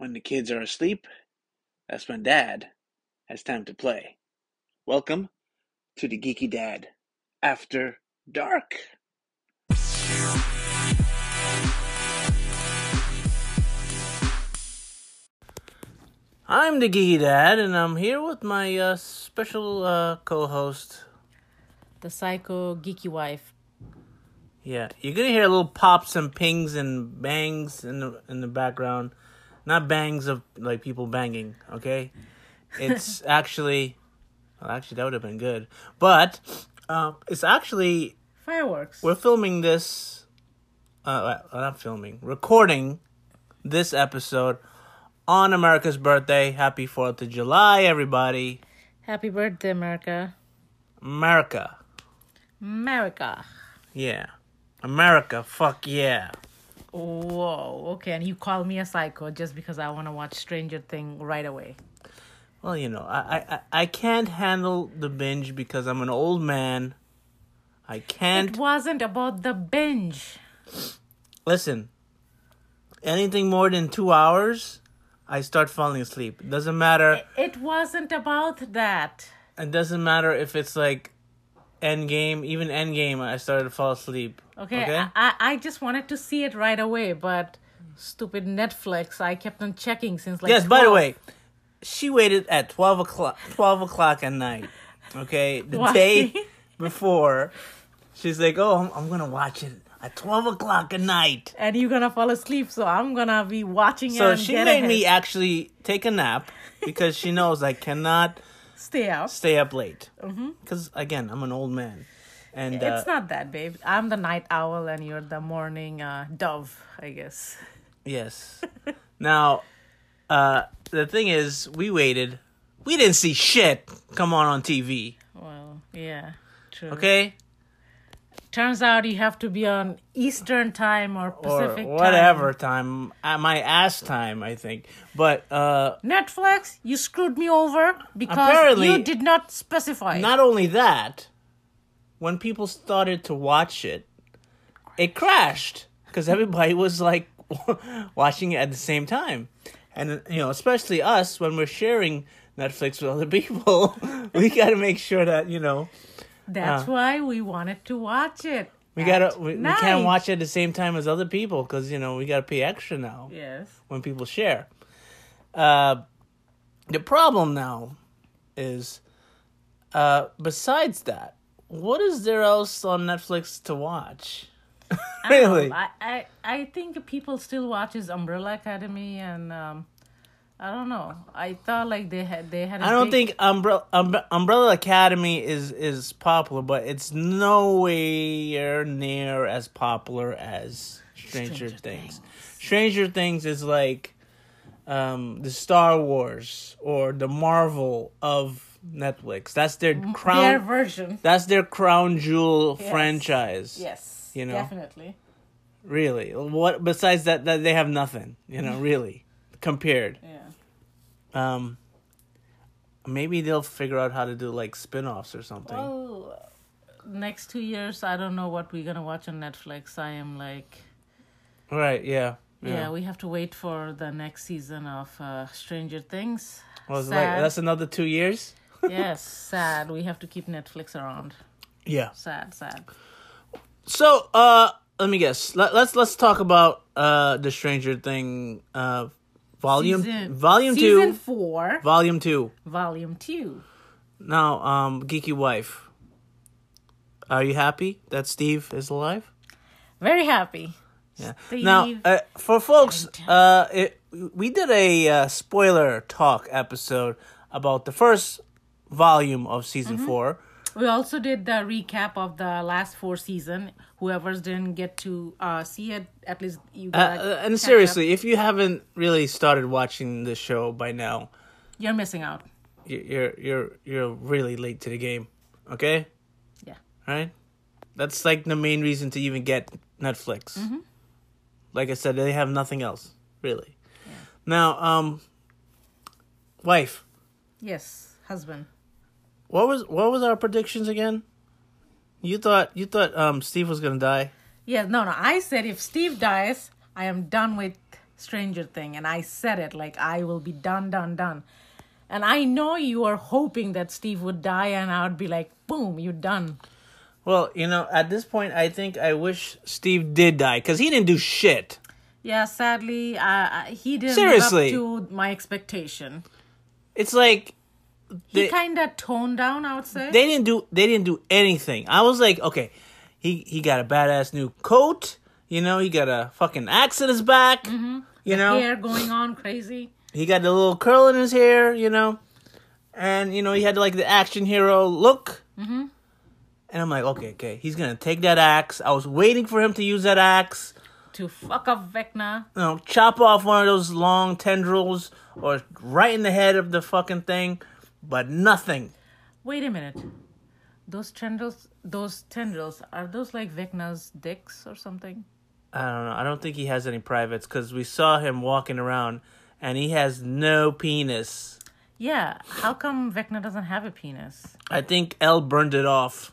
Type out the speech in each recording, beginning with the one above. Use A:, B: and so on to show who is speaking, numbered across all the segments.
A: When the kids are asleep, that's when dad has time to play. Welcome to the Geeky Dad After Dark. I'm the Geeky Dad, and I'm here with my uh, special uh, co host.
B: the psycho geeky wife.
A: Yeah, you're gonna hear little pops and pings and bangs in the in the background, not bangs of like people banging. Okay, it's actually, well, actually that would have been good, but um, it's actually
B: Fireworks.
A: we're filming this, uh, uh, not filming, recording this episode on America's birthday. Happy Fourth of July, everybody,
B: Happy birthday, America.
A: America.
B: America.
A: Yeah, America. Fuck yeah.
B: Whoa. Okay, and you call me a psycho just because I want to watch Stranger Thing right away.
A: Well, you know, I, I, I- I can't handle the binge because I'm an old man. I
B: It
A: can't
B: wasn't about the binge.
A: listen. Anything more than two hours, I start falling asleep. It doesn't matter.
B: It wasn't about that.
A: It doesn't matter if it's like Endgame, even Endgame. I started to fall asleep.
B: Okay, I, I I just wanted to see it right away, but stupid Netflix, I kept on checking since like.
A: yes. By the
B: 12.
A: way, she waited at twelve o'clock. Twelve o'clock at night. Okay, the
B: Why?
A: day before, she's like, "Oh, I'm, I'm gonna watch it at twelve o'clock at night."
B: And you're gonna fall asleep, so I'm gonna be watching it.
A: So
B: and
A: she
B: get
A: made
B: ahead.
A: me actually take a nap because she knows I cannot
B: stay out.
A: stay up late. Because again, I'm an old man, and uh,
B: Mm-hmm. It's not that, babe. I'm the night owl and you're the morning uh, dove, I guess.
A: yes. now, uh, the thing is, we waited. We didn't see shit come on on TV.
B: Well, yeah, true.
A: Okay,
B: Turns out you have to be on Eastern time or
A: or
B: Pacific time.
A: whatever time. uh, my ass time, I think. But uh,
B: Netflix, you screwed me over because
A: Apparently-
B: you did not specify.
A: not only that, when people started to watch it, it crashed because everybody was like watching it at the same time, and you know, especially us when we're sharing Netflix with other people, we got to make sure that you know
B: That's why we wanted to watch it.
A: uh. we
B: at
A: gotta we, we
B: night.
A: can't watch it at the same time as other people because you know we gotta pay extra now
B: Yes.
A: when people share. Uh, the problem now is, uh, besides that, what is there else on Netflix to watch? really?
B: I, I I think people still watches Umbrella Academy and um, I don't know. I thought like they had they had. I
A: I don't think Umbrella Umbrella Academy is is popular, but it's nowhere near as popular as Stranger, Things. Stranger Things is like um, the Star Wars or the Marvel of Netflix. That's their crown.
B: their version.
A: That's their crown jewel franchise.
B: Yes.
A: You know?
B: Definitely.
A: Really. What besides that that they have nothing, you know, really compared.
B: Yeah.
A: Um maybe they'll figure out how to do like spin-offs or something.
B: Oh, next two years, I don't know what we're gonna watch on Netflix. I am like,
A: right, yeah.
B: yeah, we have to wait for the next season of uh, Stranger Things.
A: Well, it's like
B: sad.
A: that's another 2 years?
B: yes, sad. We have to keep Netflix around.
A: Yeah.
B: Sad, sad.
A: So, uh let me guess. Let, let's let's talk about uh the Stranger Thing uh volume
B: Season-
A: volume 2
B: season four,
A: volume 2.
B: volume two.
A: Now, um geeky wife. Are you happy that Steve is alive?
B: Very happy.
A: Yeah.
B: Steve.
A: Now, uh, for folks, uh, it, we did a uh,
B: Mm-hmm.
A: spoiler talk episode about the first volume of season four.
B: We also did the recap of the last four season. Whoever's didn't get to uh, see it, at least you.
A: Uh,
B: gotta
A: uh,
B: catch
A: and
B: up.
A: seriously, if you haven't really started watching the show by now,
B: you're missing out.
A: you- you're you're you're really late to the game. Okay,
B: Yeah.
A: All right? That's like the main reason to even get Netflix. Like I said, they have nothing else really. Now, um, wife,
B: Yes, husband.
A: what was what was our predictions again? You thought you thought um Steve was gonna die.
B: Yeah, no, no. I said if Steve dies, I am done with Stranger Thing, and I said it like I will be done, done, done. And I know you are hoping that Steve would die, and I would be like, boom, you're done.
A: Well, you know, at this point, I think I wish Steve did die because he didn't do shit.
B: Yeah, sadly, uh, uh, he didn't
A: Seriously.
B: live up to my expectation.
A: It's like
B: He
A: They-
B: kind of toned down, I would say.
A: they didn't do they didn't do anything. I was like, okay, he he got a badass new coat. You know, he got a fucking axe in his back. You know,
B: Hair going on crazy.
A: he got a little curl in his hair. You know, and you know he had like the action hero look. Mm-hmm. And I'm like, okay, okay, he's gonna take that axe. I was waiting for him to use that axe.
B: to fuck up Vecna.
A: you know, chop off one of those long tendrils or right in the head of the fucking thing, but nothing.
B: Wait a minute. Those tendrils, those tendrils, are those like Vecna's dicks or something?
A: I don't know. I don't think he has any privates because we saw him walking around and he has no penis.
B: Yeah. How come Vecna doesn't have a penis?
A: I think L burned it off.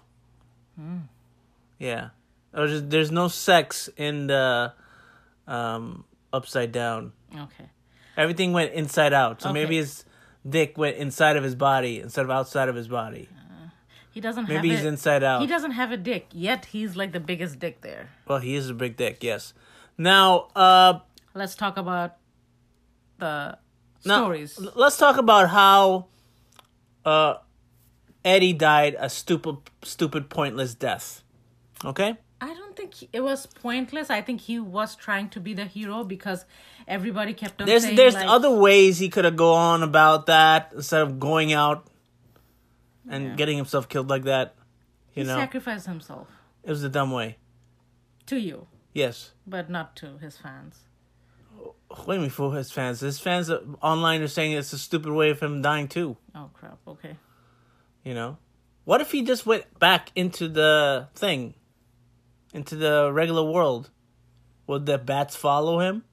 A: Yeah. Or just, there's no sex in the um, upside down.
B: Okay.
A: Everything went inside out. So maybe
B: Okay.
A: his dick went inside of his body instead of outside of his body.
B: He doesn't have
A: Maybe he's
B: a-
A: inside out.
B: He doesn't have a dick, yet he's like the biggest dick there.
A: Well, he is a big dick, yes. Now, uh,
B: Let's talk about the
A: now,
B: stories.
A: l- Let's talk about how uh, Eddie died a stupid, stupid, pointless death. Okay.
B: I don't think he- it was pointless. I think he was trying to be the hero because everybody kept on
A: There's
B: saying
A: there's
B: like,
A: other ways he could have gone on about that instead of going out and getting himself killed like that. You
B: he
A: know,
B: sacrificed himself
A: it was a dumb way.
B: to you,
A: Yes.
B: but not to his fans.
A: Wait a minute for his fans. His fans uh, online are saying it's a stupid way of him dying too.
B: Oh crap. Okay.
A: You know, what if he just went back into the thing, into the regular world? Would the bats follow him?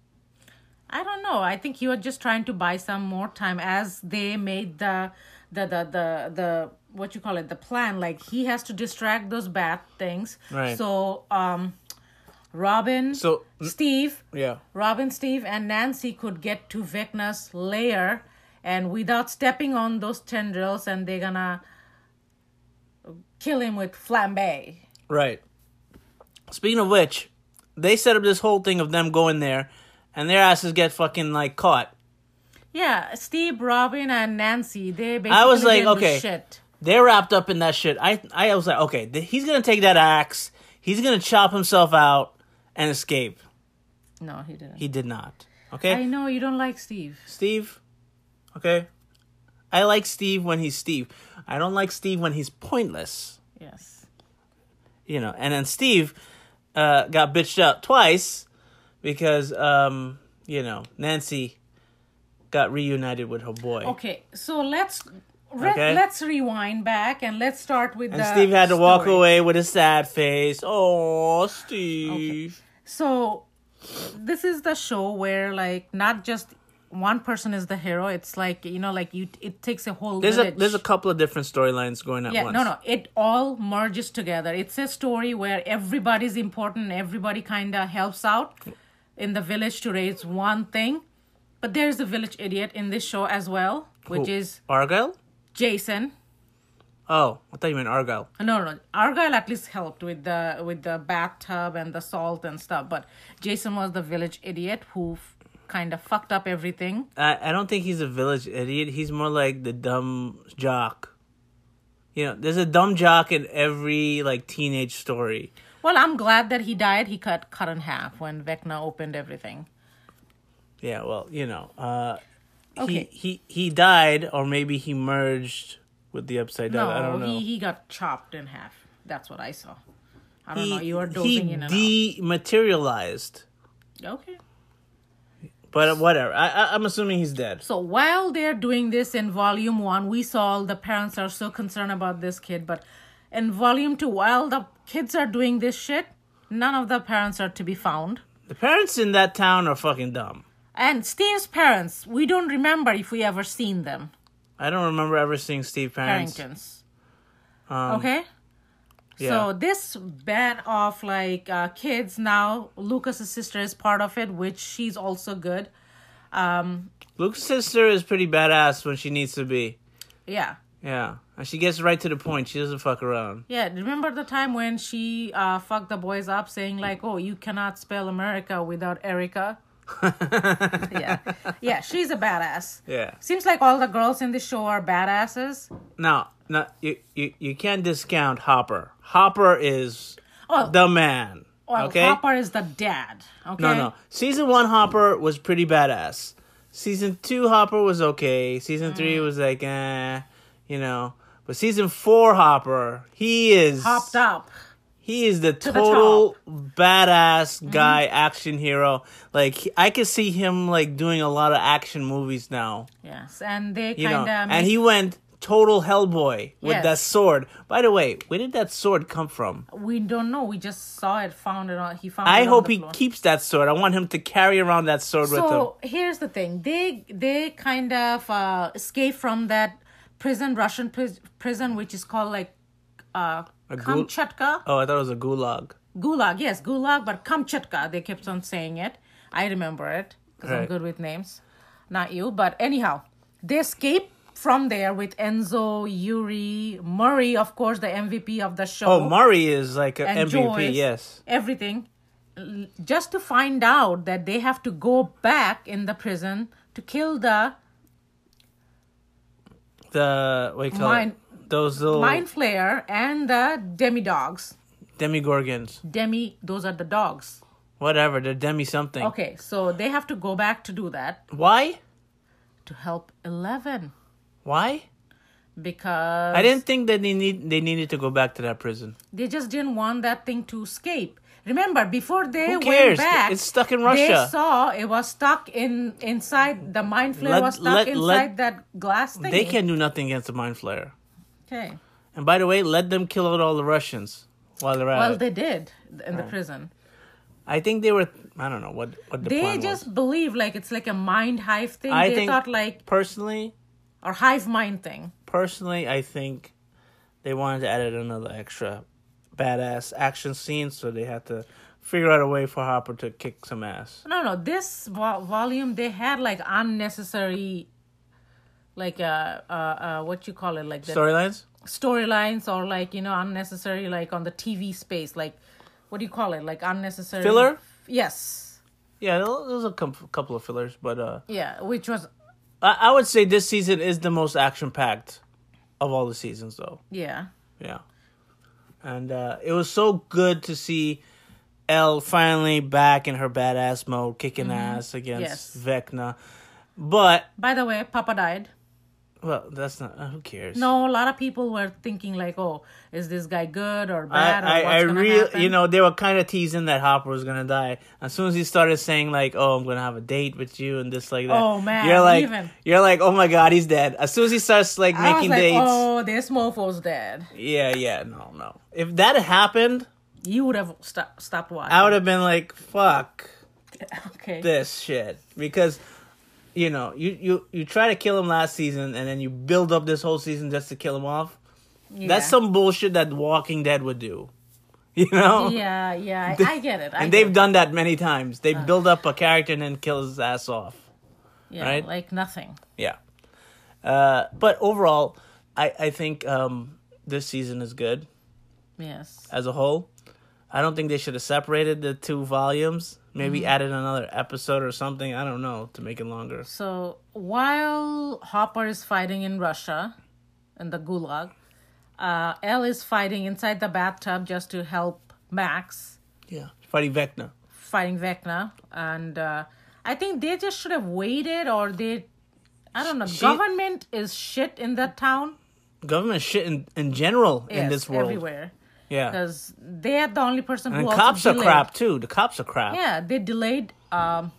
B: I don't know. I think he was just trying to buy some more time as they made the the the the, the what you call it the plan. Like he has to distract those bad things.
A: Right.
B: So um, Robin,
A: So-
B: Steve,
A: Yeah.
B: Robin, Steve, and Nancy could get to Vecna's lair, and without stepping on those tendrils, and they're gonna kill him with flambe.
A: Right. Speaking of which, they set up this whole thing of them going there, and their asses get fucking like caught.
B: Yeah, Steve, Robin, and Nancy. They basically
A: I was like,
B: didn't do
A: okay.
B: shit.
A: They're wrapped up in that shit. I I was like, okay, th- he's gonna take that axe. He's gonna chop himself out and escape.
B: No, he didn't.
A: He did not. Okay,
B: I know you don't like Steve.
A: Steve. Okay, I like Steve when he's Steve. I don't like Steve when he's pointless.
B: Yes.
A: you know and then steve uh, got bitched out twice because um, you know nancy got reunited with her boy
B: Okay, so let's re-
A: Okay.
B: let's rewind back and let's start with
A: and
B: the
A: steve had to walk
B: story.
A: away with a sad face oh steve
B: So this is the show where like not just one person is the hero. It's like you know, like you it takes a whole.
A: there's a
B: village.
A: there's a couple of different storylines going at
B: yeah,
A: once
B: no, no. It all merges together. It's a story where everybody's important. Everybody kind of helps out in the village to raise one thing. But there's a village idiot in this show as well, which
A: Who-
B: is
A: argyle
B: Jason.
A: oh i thought you meant argyle
B: No, no, no. Argyle at least helped with the with the bathtub and the salt and stuff, but Jason was the village idiot who f- kind of fucked up everything.
A: I, I don't think he's a village idiot he's more like the dumb jock you know there's a dumb jock in every like teenage story
B: Well, I'm glad that he died. He cut cut in half when Vecna opened everything.
A: Yeah, well, you know, uh,
B: Okay.
A: he he he died, or maybe he merged with the upside
B: No,
A: down. I don't know.
B: he he got chopped in half. That's what I saw. I don't
A: He-
B: know. You were
A: he
B: dozing in and
A: dematerialized.
B: out. Okay.
A: But whatever. I, I, I'm assuming he's dead.
B: So while they're doing this in volume one, we saw all the parents are so concerned about this kid, but in volume two, while the kids are doing this shit, none of the parents are to be found.
A: The parents in that town are fucking dumb.
B: And Steve's parents, we don't remember if we ever seen them.
A: I don't remember ever seeing Steve parents.
B: Harrington's. okay?
A: Um, yeah.
B: So this band of like uh, kids now, Lucas's sister is part of it, which she's also good.
A: Luke's sister is pretty badass when she needs to be.
B: Yeah.
A: Yeah. And she gets right to the point. She doesn't fuck around.
B: Yeah, remember the time when she uh, fucked the boys up, saying like, "Oh, you cannot spell America without Erica." yeah, yeah, she's a badass.
A: Yeah.
B: Seems like all the girls in this show are badasses.
A: Now, now you, you, you can't discount Hopper. Hopper is
B: Oh.
A: the man.
B: Well,
A: okay?
B: Hopper is the dad. Okay.
A: No, no. Season one Hopper was pretty badass. Season two Hopper was okay. Season three
B: Mm.
A: was like, eh, you know. But season four Hopper, he is
B: Hopped up.
A: he is the
B: the Mm-hmm.
A: total badass guy, action hero. Like he- I could see him like doing a lot of action movies now,
B: Yes, and they
A: you
B: kind
A: know.
B: of.
A: And he went total Hellboy with
B: Yes.
A: that sword. By the way, where did that sword come from?
B: we don't know. We just saw it, found it on. He found. it
A: I
B: on
A: hope
B: the
A: he
B: floor.
A: keeps that sword. I want him to carry around that sword with him.
B: So here's the thing: they they kind of uh, escape from that prison, Russian pris- prison, which is called like uh,
A: gul-
B: Kamchatka
A: Oh, I thought it was a gulag.
B: Gulag. Yes, Gulag, but Kamchatka. They kept on saying it. I remember it because I'm
A: Right.
B: good with names, not you. But anyhow, they escape from there with Enzo, Yuri, Murray, of course, the MVP of the show.
A: Oh, Murray is like an
B: and
A: MVP.
B: Joyce,
A: Yes,
B: everything, l- just to find out that they have to go back in the prison to kill the
A: the what do you call
B: Mind-
A: it? Those little
B: mind flayer and the demi dogs.
A: demigorgons,
B: Demi, those are the dogs.
A: whatever. They're demi something.
B: Okay, so they have to go back to do that
A: Why?
B: to help Eleven
A: Why?
B: because
A: I didn't think that they need they needed to go back to that prison.
B: they just didn't want that thing to escape. Remember, before they
A: Who
B: went
A: cares?
B: back,
A: It's stuck in
B: They
A: Russia.
B: saw it was stuck in inside the mind flayer
A: Let-
B: was stuck
A: let-
B: inside
A: let-
B: that glass thing.
A: They can do nothing against the mind flayer.
B: Okay.
A: And by the way, let them kill out all the Russians while they're at
B: Well,
A: it.
B: they did in
A: uh,
B: the prison.
A: I think they were. I don't know what what the
B: They
A: plan
B: just
A: was.
B: believe like it's like a mind hive thing.
A: I
B: they
A: think-
B: thought like
A: Personally,
B: or hive mind thing.
A: personally, I think they wanted to add in another extra badass action scene, so they had to figure out a way for Hopper to kick some ass.
B: No, no, this vo- volume they had like unnecessary, like uh, uh, uh what you call it, like the
A: Storylines?
B: storylines or like you know unnecessary like on the TV space, like what do you call it, like unnecessary
A: Filler?
B: Yes,
A: Yeah, there was a com- couple of fillers, but uh,
B: yeah, which was
A: I-, I would say this season is the most action packed of all the seasons, though.
B: yeah.
A: Yeah, and uh, it was so good to see Elle finally back in her badass mode, kicking ass against
B: Mm-hmm. Yes.
A: Vecna. But
B: By the way, Papa died.
A: well, that's not. uh, Who cares?
B: No, a lot of people were thinking like, oh, is this guy good or bad?
A: I, I,
B: or
A: I
B: what's gonna
A: really,
B: happen?
A: you know, they were kind of teasing that Hopper was gonna die. As soon as he started saying like, "Oh, I'm gonna have a date with you" and this like that,
B: Oh, man,
A: you're like,
B: even.
A: you're like, "Oh my god, he's dead." As soon as he starts like
B: I was
A: making
B: like,
A: dates,
B: oh, this mofo's dead.
A: yeah, yeah, no, no. If that happened,
B: You would have sto- stopped watching.
A: I would have been like, "Fuck
B: okay.
A: this shit," because you know, you you you try to kill him last season, and then you build up this whole season just to kill him off.
B: yeah.
A: That's some bullshit that Walking Dead would do, you know?
B: Yeah, yeah, I- I get it. I Uh.
A: and
B: get
A: they've
B: it.
A: done that many times. They build up a character and then kill his ass off.
B: yeah,
A: right?
B: like nothing.
A: Yeah. Uh, but overall, I, I think um, this season is good
B: Yes.
A: as a whole. I don't think they should have separated the two volumes. Maybe
B: Mm-hmm.
A: added another episode or something. I don't know to make it longer.
B: So while Hopper is fighting in Russia, in the Gulag, uh, Elle is fighting inside the bathtub just to help Max
A: Yeah. Fighting Vecna.
B: fighting Vecna, and uh, I think they just should have waited, or they, I don't know.
A: She-
B: government is shit in that town.
A: government shit in, in general in
B: Yes,
A: this world.
B: everywhere
A: Yeah.
B: because they're the only person
A: And
B: who
A: the
B: also
A: cops are
B: delayed-
A: crap too. The cops are crap.
B: Yeah, they delayed um,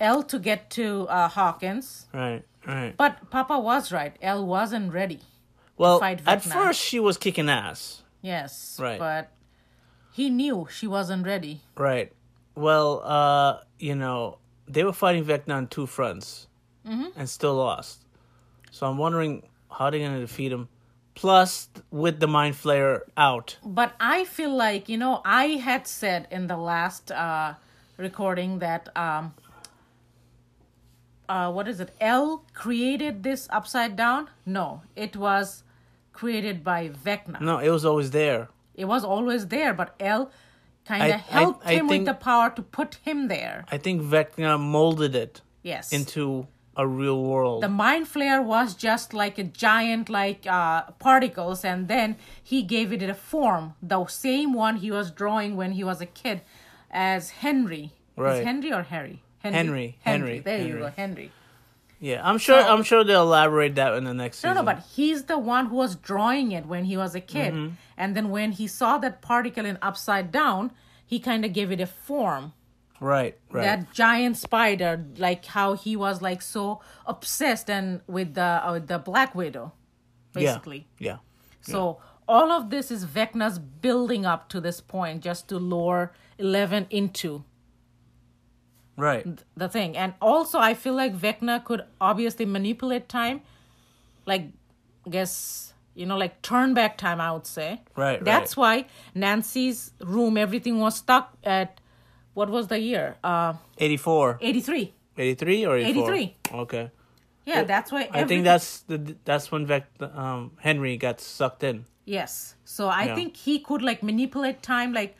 B: L to get to uh, Hawkins,
A: Right. Right.
B: but Papa was right. L wasn't ready.
A: well,
B: fight
A: at
B: Vietnam.
A: first she was kicking ass.
B: Yes,
A: Right.
B: But he knew she wasn't ready.
A: Right. Well, uh, you know, they were fighting Vietnam on two fronts
B: Mm-hmm.
A: and still lost. So I'm wondering how they're going to defeat him. Plus, with the Mind Flayer out.
B: But I feel like you know I had said in the last uh, recording that um, uh, what is it? L created this upside down. No, it was created by Vecna.
A: No, it was always there.
B: It was always there, but L
A: I-
B: kind
A: I-
B: of helped
A: I
B: him
A: think-
B: with the power to put him there.
A: I think Vecna molded it
B: Yes.
A: into a real world.
B: the mind flare was just like a giant like uh, particles and then he gave it a form the same one he was drawing when he was a kid as henry
A: Right.
B: is henry or harry
A: Henry, Henry,
B: there
A: Henry.
B: you go henry
A: yeah, I'm sure. I'm sure they'll elaborate that in the next
B: no
A: season.
B: no but he's the one who was drawing it when he was a kid
A: Mm-hmm.
B: and then when he saw that particle in upside down he kind of gave it a form
A: right, right.
B: that giant spider like how he was like so obsessed and with the uh, the black widow basically
A: Yeah.
B: So all of this is Vecna's building up to this point just to lure Eleven into
A: yeah. Right.
B: the thing. And also I feel like Vecna could obviously manipulate time. Like guess you know, like turn back time I would say.
A: Right,
B: That's why Nancy's room, everything was stuck at what was the year? Uh
A: 84,
B: eighty three.
A: 83 or 84?
B: 83.
A: Okay.
B: Yeah, that's why
A: I think
B: everything-
A: that's the that's when Vecna, um, Henry got sucked in.
B: Yes. So I
A: Yeah.
B: think he could like manipulate time, like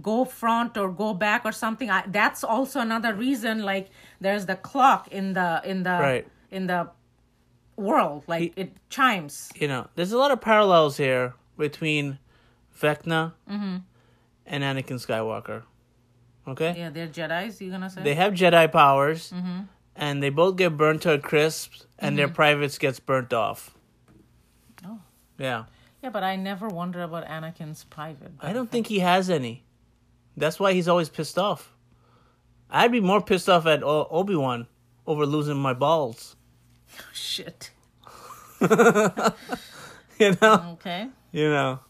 B: go front or go back or something. I, that's also another reason. Like there's the clock in the in the
A: Right.
B: in the world, like it chimes.
A: you know, there's a lot of parallels here between Vecna
B: Mm-hmm.
A: and Anakin Skywalker. Okay?
B: Yeah, Mm-hmm. they're Jedi's. You gonna say?
A: They have Jedi powers, and they both get burnt to a crisp, and their privates gets burnt off.
B: Mm-hmm. Oh.
A: Yeah.
B: yeah, but I never wonder about Anakin's private. Oh,
A: I don't think he has any. That's why he's always pissed off. I'd be more pissed off at o- Obi-Wan over losing my balls.
B: Shit.
A: You know?
B: Okay.
A: You know?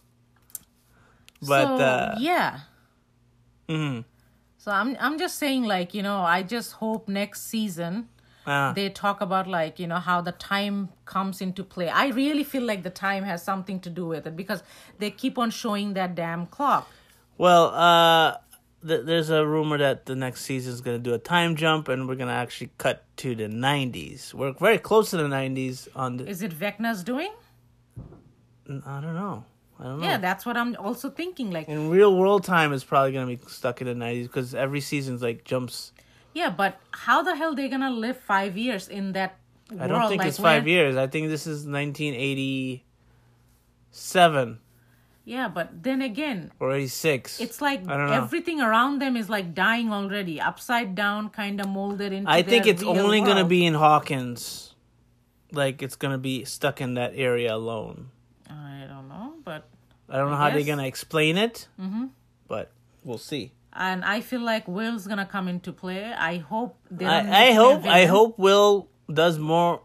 A: But,
B: so,
A: uh, Mm-hmm.
B: yeah. So I'm I'm just saying, like you know, I just hope next season.
A: uh,
B: they talk about like you know how the time comes into play i really feel like the time has something to do with it because they keep on showing that damn clock
A: Well, uh, th- there's a rumor that the next season is going to do a time jump, and we're going to actually cut to the 90s. We're very close to the 90s on the.
B: is it vecna's doing
A: Hmm. I don't know. I don't know.
B: yeah that's what i'm also thinking like
A: In real world time, it's probably going to be stuck in the 90s because every season's like jumps.
B: yeah but how the hell they gonna live five years in that world
A: I don't think
B: like
A: it's five
B: when-
A: years. I think this is 1987
B: yeah but then again
A: or 86.
B: it's like
A: I don't know.
B: everything around them is like dying already upside down kind of molded into
A: I think
B: their
A: it's
B: real
A: only going to
B: world.
A: be in Hawkins. Like, it's going to be stuck in that area alone.
B: i don't know but
A: I don't know how they're
B: guess.
A: gonna explain it, mm-hmm. but we'll see.
B: and I feel like Will's gonna come into play. I hope. They don't
A: I, I
B: make
A: hope
B: their
A: I
B: villain.
A: hope Will does more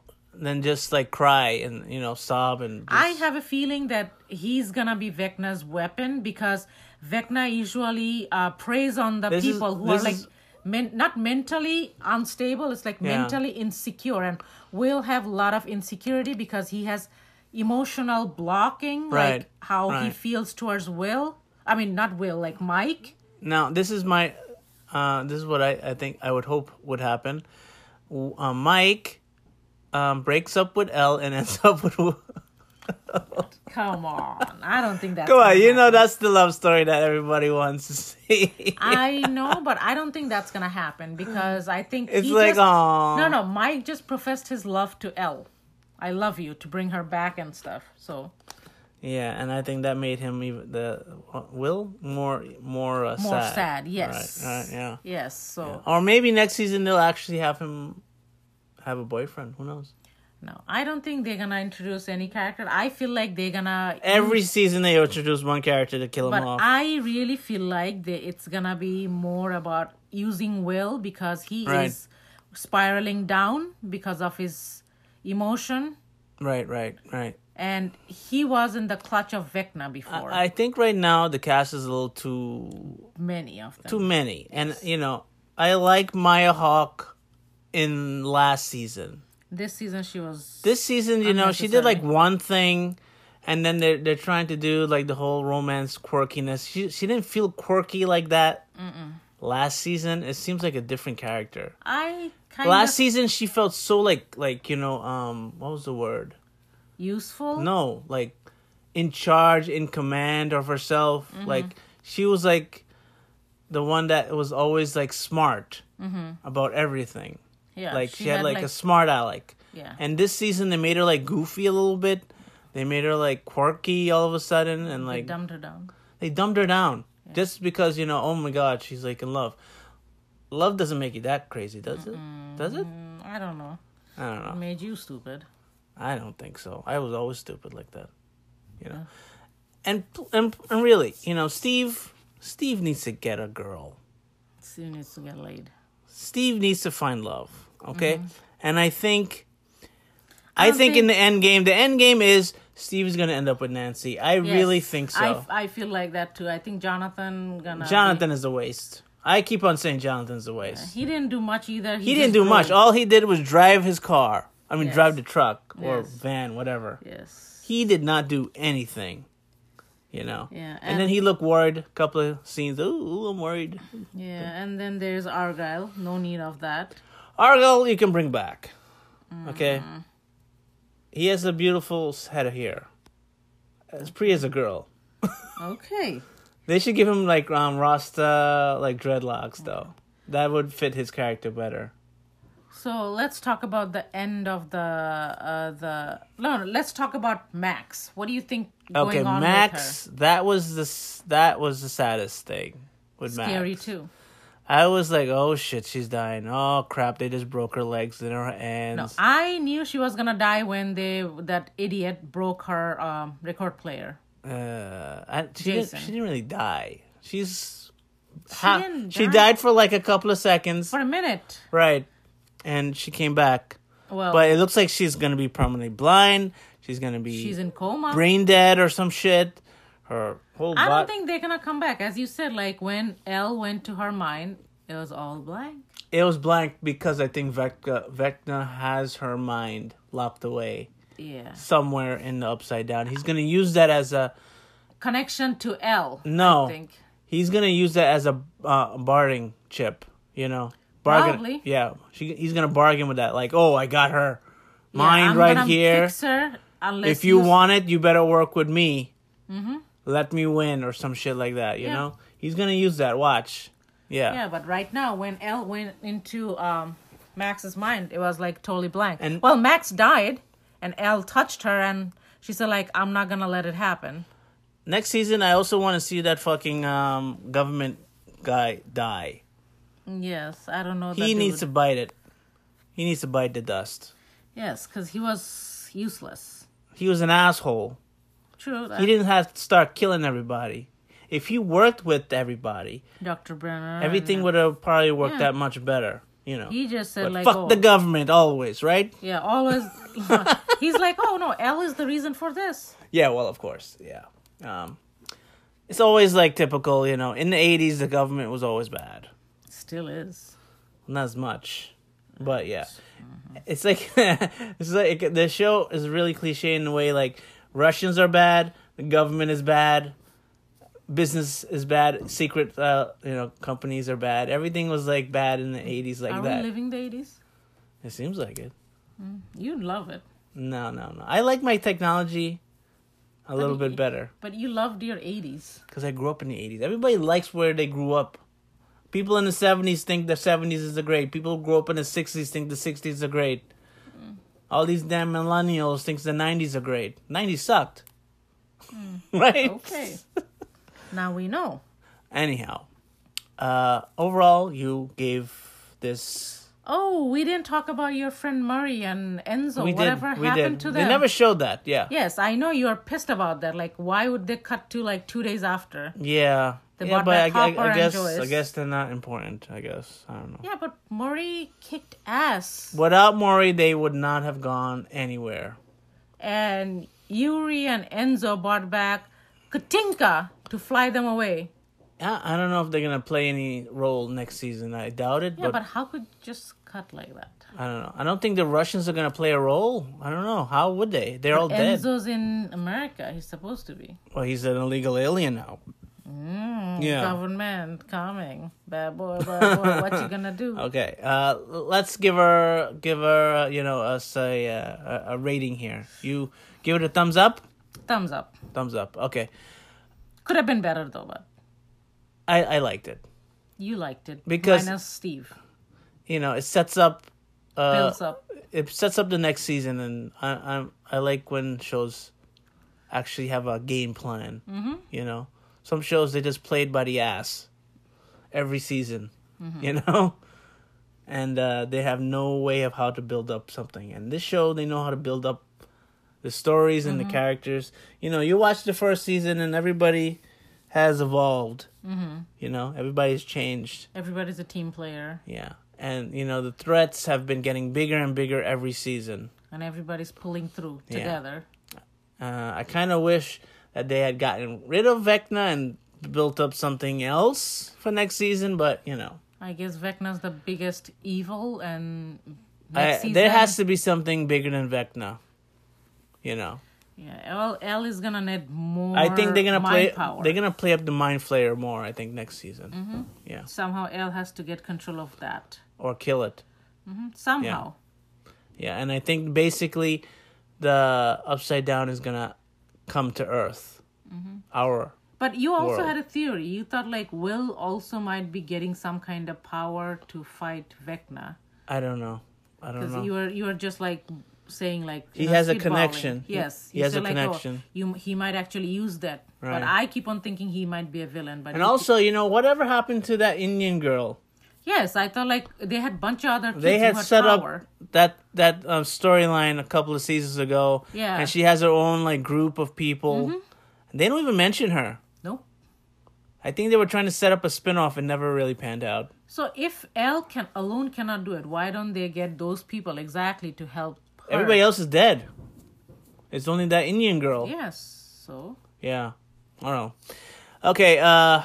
A: than just like cry and you know sob and. Just,
B: I have a feeling that he's gonna be Vecna's weapon because Vecna usually uh, preys on the
A: This is-
B: people who
A: this
B: are like
A: is-
B: men- not mentally unstable. It's like
A: Yeah.
B: mentally insecure, and Will have a lot of insecurity because he has emotional blocking,
A: Right,
B: like how he
A: right.
B: feels towards Will. I mean, not Will, like Mike.
A: now this is my, uh, this is what I I think I would hope would happen. W- Uh, Mike, um, breaks up with L and ends up with. Will.
B: Come on, I don't think that's
A: Come on,
B: gonna
A: you know
B: happen.
A: that's the love story that everybody wants to see.
B: I know, but I don't think that's gonna happen because I think
A: It's
B: he
A: like,
B: just,
A: aw.
B: no, no. Mike just professed his love to Elle. I love you to bring her back and stuff. So
A: yeah, and I think that made him even the uh, Will more more uh,
B: more sad,
A: sad.
B: yes,
A: Right, right, yeah.
B: yes. So
A: Or maybe next season they'll actually have him have a boyfriend. Who knows?
B: No, I don't think they're gonna introduce any character. I feel like they're gonna
A: Every season they introduce one character to kill him
B: Mm. But
A: off.
B: I really feel like they, it's gonna be more about using Will because he
A: Right.
B: is spiraling down because of his emotion,
A: right, right, right.
B: and he was in the clutch of Vecna before.
A: I think right now the cast is a little too
B: many of them.
A: too many, and you know I like Maya Hawk in last season.
B: this season, she was.
A: This season, you know, she did
B: Unnecessary.
A: like one thing, and then they're they're trying to do like the whole romance quirkiness. She she didn't feel quirky like that last season. It seems like a different character.
B: I kind
A: Last
B: of
A: season, she felt so like like you know um what was the word?
B: useful.
A: No, like in charge, in command of herself. Like she was like the one that was always like smart about everything.
B: yeah,
A: like Mm-hmm. she, had, like, a smart aleck.
B: Yeah.
A: And this season they made her like goofy a little bit. They made her like quirky all of a sudden, and like
B: dumbed her down.
A: they dumbed her down just because you know. Oh my God, she's like in love. Love doesn't make you that crazy, does it? Does it?
B: Mm, I don't know.
A: I don't know.
B: Made you stupid.
A: I don't think so. I was always stupid like that, you know. And and and really, you know, Steve Steve needs to get a girl.
B: She needs to get laid.
A: Steve needs to find love. Okay, and I think, I, think, in
B: Mm-hmm. think-
A: the end game, the end game is Steve is going to end up with Nancy. I really
B: Yes,
A: think
B: I,
A: so.
B: f- I feel like that too. I think Jonathan gonna.
A: Jonathan is a waste. I keep on saying Jonathan's a waste.
B: He didn't do much either.
A: he
B: just
A: didn't do much.
B: drove.
A: All he did was drive his car. I mean, drive the truck or
B: Yes.
A: van, whatever.
B: Yes.
A: he did not do anything. You know.
B: Yeah,
A: And, then
B: and-
A: he looked worried. Couple of scenes. Ooh, I'm worried.
B: Yeah, and then there's Argyle. No need of that.
A: Argyle, you can bring back. Okay. He has a beautiful s- head of hair. As pretty as a girl.
B: Okay.
A: They should give him like um, Rasta like dreadlocks though. That would fit his character better.
B: So let's talk about the end of the uh, the no. no, Let's talk about Max. What do you think? Going
A: Okay,
B: on
A: Max. That was the s- that was the saddest thing with
B: with her?
A: Max.
B: scary too.
A: I was like, oh shit, she's dying. Oh crap, they just broke her legs and her hands.
B: No, I knew she was gonna die when they that idiot broke her um, record player.
A: Uh, I, she, didn't,
B: Jason.
A: she didn't really die. She's ha- she,
B: didn't die.
A: died for like a couple of seconds,
B: For a minute.
A: right? And she came back,
B: Well,
A: but it looks like she's gonna be permanently blind. She's gonna be
B: she's in coma.
A: brain dead or some shit. Her whole
B: I
A: body.
B: don't think they're gonna come back. As you said, like when Elle went to her mind, it was all blank.
A: it was blank because I think Vecna, Vecna has her mind locked away
B: Yeah.
A: somewhere in the Upside Down. He's gonna use that as a
B: Connection to Elle.
A: No.
B: I think.
A: He's gonna use that as a uh, bargaining chip, you know. Bargain.
B: Probably.
A: Yeah, she, he's gonna bargain with that. Like, oh, I got her mine
B: I'm
A: right
B: gonna
A: here.
B: Fix her unless
A: If you
B: s-
A: want it, you better work with me. Mm-hmm. Let me win, or some shit like that. You
B: Yeah.
A: know, he's gonna use that. Watch. Yeah.
B: Yeah, but right now when Elle went into um, Max's mind, it was like totally blank.
A: And-
B: well, Max died, and Elle touched her, and she said like, "I'm not gonna let it happen."
A: Next season, I also want to see that fucking um, government guy die.
B: Yes, I don't know.
A: He needs to bite it. He needs to bite the dust.
B: Yes, because he was useless.
A: He was an asshole.
B: True.
A: He didn't have to start killing everybody. If he worked with everybody,
B: Dr. Brenner. and-
A: everything would have probably worked
B: Yeah.
A: out much better. You know.
B: He just said
A: But
B: like,
A: fuck
B: oh,
A: the government always, right?
B: yeah, always. he's like, oh no, Elle is the reason for this.
A: Yeah, well, of course, yeah. Um, it's always like typical, you know. In the '80s, the government was always bad,
B: Still is.
A: not as much, but yeah.
B: Mm-hmm.
A: It's like it's like the show is really cliche in the way like Russians are bad, the government is bad, business is bad, secret uh, you know companies are bad. Everything was like bad in the '80s, like
B: Are
A: that.
B: we living the eighties?
A: it seems like it.
B: You love it,
A: No, no, no. I like my technology a little bit
B: y-
A: better
B: but you loved your eighties.
A: because I grew up in the 80s. Everybody likes where they grew up. People in the 70s think the 70s is the great. People who grew up in the 60s think the 60s are great.
B: Mm.
A: All these damn millennials thinks the 90s are great. 90s sucked. right?
B: Mm. Okay. now we know.
A: Anyhow, uh, overall, you gave this
B: Oh, we didn't talk about your friend Murray and Enzo. Whatever happened to them?
A: They never showed that. Yeah. Yeah.
B: Yes, I know you are pissed about that. Like, why would they cut to like two days
A: Mm.
B: after?
A: Yeah,
B: They
A: yeah
B: brought
A: but I,
B: back
A: I- I
B: Hopper and
A: guess I
B: Joyce.
A: guess they're not important. I guess I don't know.
B: Yeah, but Murray kicked ass,
A: Without Maury, they would not have gone anywhere.
B: and Yuri and Enzo brought back Katinka to fly them away.
A: I, I don't know if they're gonna play any role next season. I doubt it.
B: Yeah,
A: but,
B: but how could you just cut like that?
A: I don't know. I don't think the Russians are gonna play a role. I don't know. How would they? They're all dead.
B: Enzo's in America. He's supposed to be.
A: Well, he's an illegal alien now.
B: Mm,
A: yeah.
B: Oh. Government coming. Bad boy, bad boy. what you gonna do?
A: Okay. Uh, let's give her give her uh, you know us a, uh, a a rating here. You give it a thumbs up.
B: Thumbs up.
A: Thumbs up. Okay.
B: Could have been better though, but
A: I I liked it.
B: you liked it.
A: Because-
B: minus Steve
A: You know, it sets up. Uh,
B: builds up.
A: it sets up the next season, and I I'm, I like when shows actually have a game plan. Mm-hmm. You know, some shows they just played by the ass every season. You know, and uh, they have no way of how to build up something. And this show, they know how to build up the stories and the characters. You know, you watch the first season, and everybody has evolved. Mm-hmm. You know, everybody's changed.
B: Everybody's a team player,
A: Yeah. And you know the threats have been getting bigger and bigger every season.
B: and everybody's pulling through
A: Yeah.
B: together.
A: Uh, I kind of wish that they had gotten rid of Vecna and built up something else for next season, but you know,
B: I guess Vecna's the biggest evil, and
A: I,
B: next
A: there
B: season-
A: has to be something bigger than Vecna. You know,
B: yeah. Well, L is gonna need more.
A: I think they're gonna
B: mind
A: play.
B: power. Mm-hmm.
A: They're gonna play up the mind flayer more. I think next season, yeah,
B: somehow L has to get control of that
A: or kill it.
B: somehow.
A: Yeah, and I think basically the upside down is gonna come to Earth.
B: Mm-hmm.
A: Our
B: But you also
A: World.
B: had a theory. You thought like Will also might be getting some kind of power to fight Vecna.
A: I don't know. I don't know.
B: Because you were you were just like saying like
A: He has a connection. He-
B: Yes,
A: he
B: You
A: has
B: said,
A: a
B: like, oh,
A: connection.
B: you he might actually use that, but
A: Right.
B: I keep on thinking he might be a villain. But
A: And
B: he-
A: also, you know, whatever happened to that Indian girl?
B: yes, I thought like they had bunch of other kids
A: They had
B: who
A: set
B: power.
A: up that that uh, storyline a couple of seasons ago.
B: Yeah. Mm-hmm.
A: And she has her own like group of people. They don't even mention her.
B: no.
A: I think they were trying to set up a spin-off and never really panned out.
B: So if L can alone cannot do it, why don't they get those people exactly to help? Her?
A: Everybody else is dead. It's only that Indian girl.
B: Yes. So
A: Yeah. I don't know. Okay, uh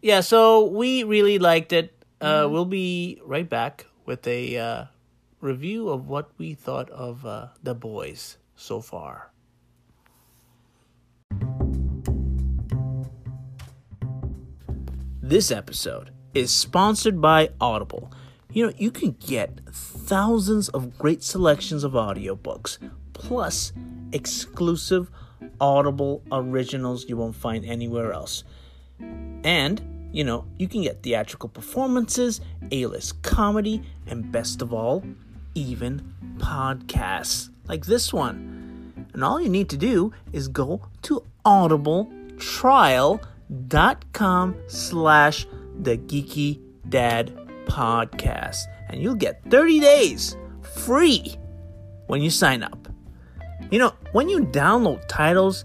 A: yeah, so we really liked it. Uh
B: Mm-hmm.
A: we'll be right back with a uh review of what we thought of uh The Boys so far. This episode is sponsored by Audible. You know, you can get thousands of great selections of audiobooks, plus exclusive Audible originals you won't find anywhere else. And, you know, you can get theatrical performances, A list comedy, and best of all, even podcasts like this one. And all you need to do is go to audibletrial.com slash the geeky dad podcast. And you'll get 30 days free when you sign up. You know, when you download titles,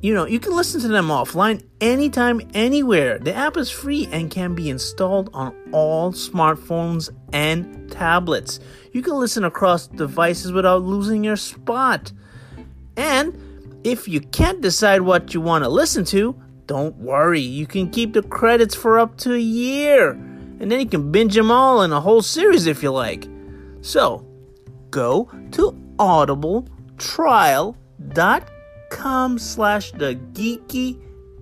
A: you know, you can listen to them offline anytime, anywhere. The app is free and can be installed on all smartphones and tablets. You can listen across devices without losing your spot. And if you can't decide what you want to listen to, don't worry. You can keep the credits for up to a year. And then you can binge them all in a whole series if you like. So, go to audibletrial.com slash the geeky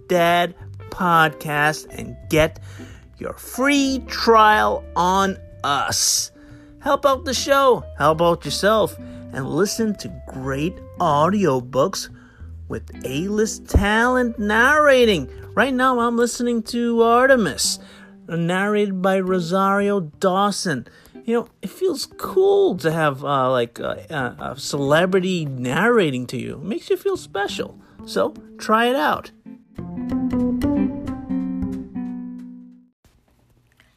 A: dad podcast and get your free trial on us help out the show help out yourself and listen to great audiobooks with a-list talent narrating right now i'm listening to artemis narrated by rosario dawson you know it feels cool to have uh, like a, a, a celebrity narrating to you it makes you feel special so try it out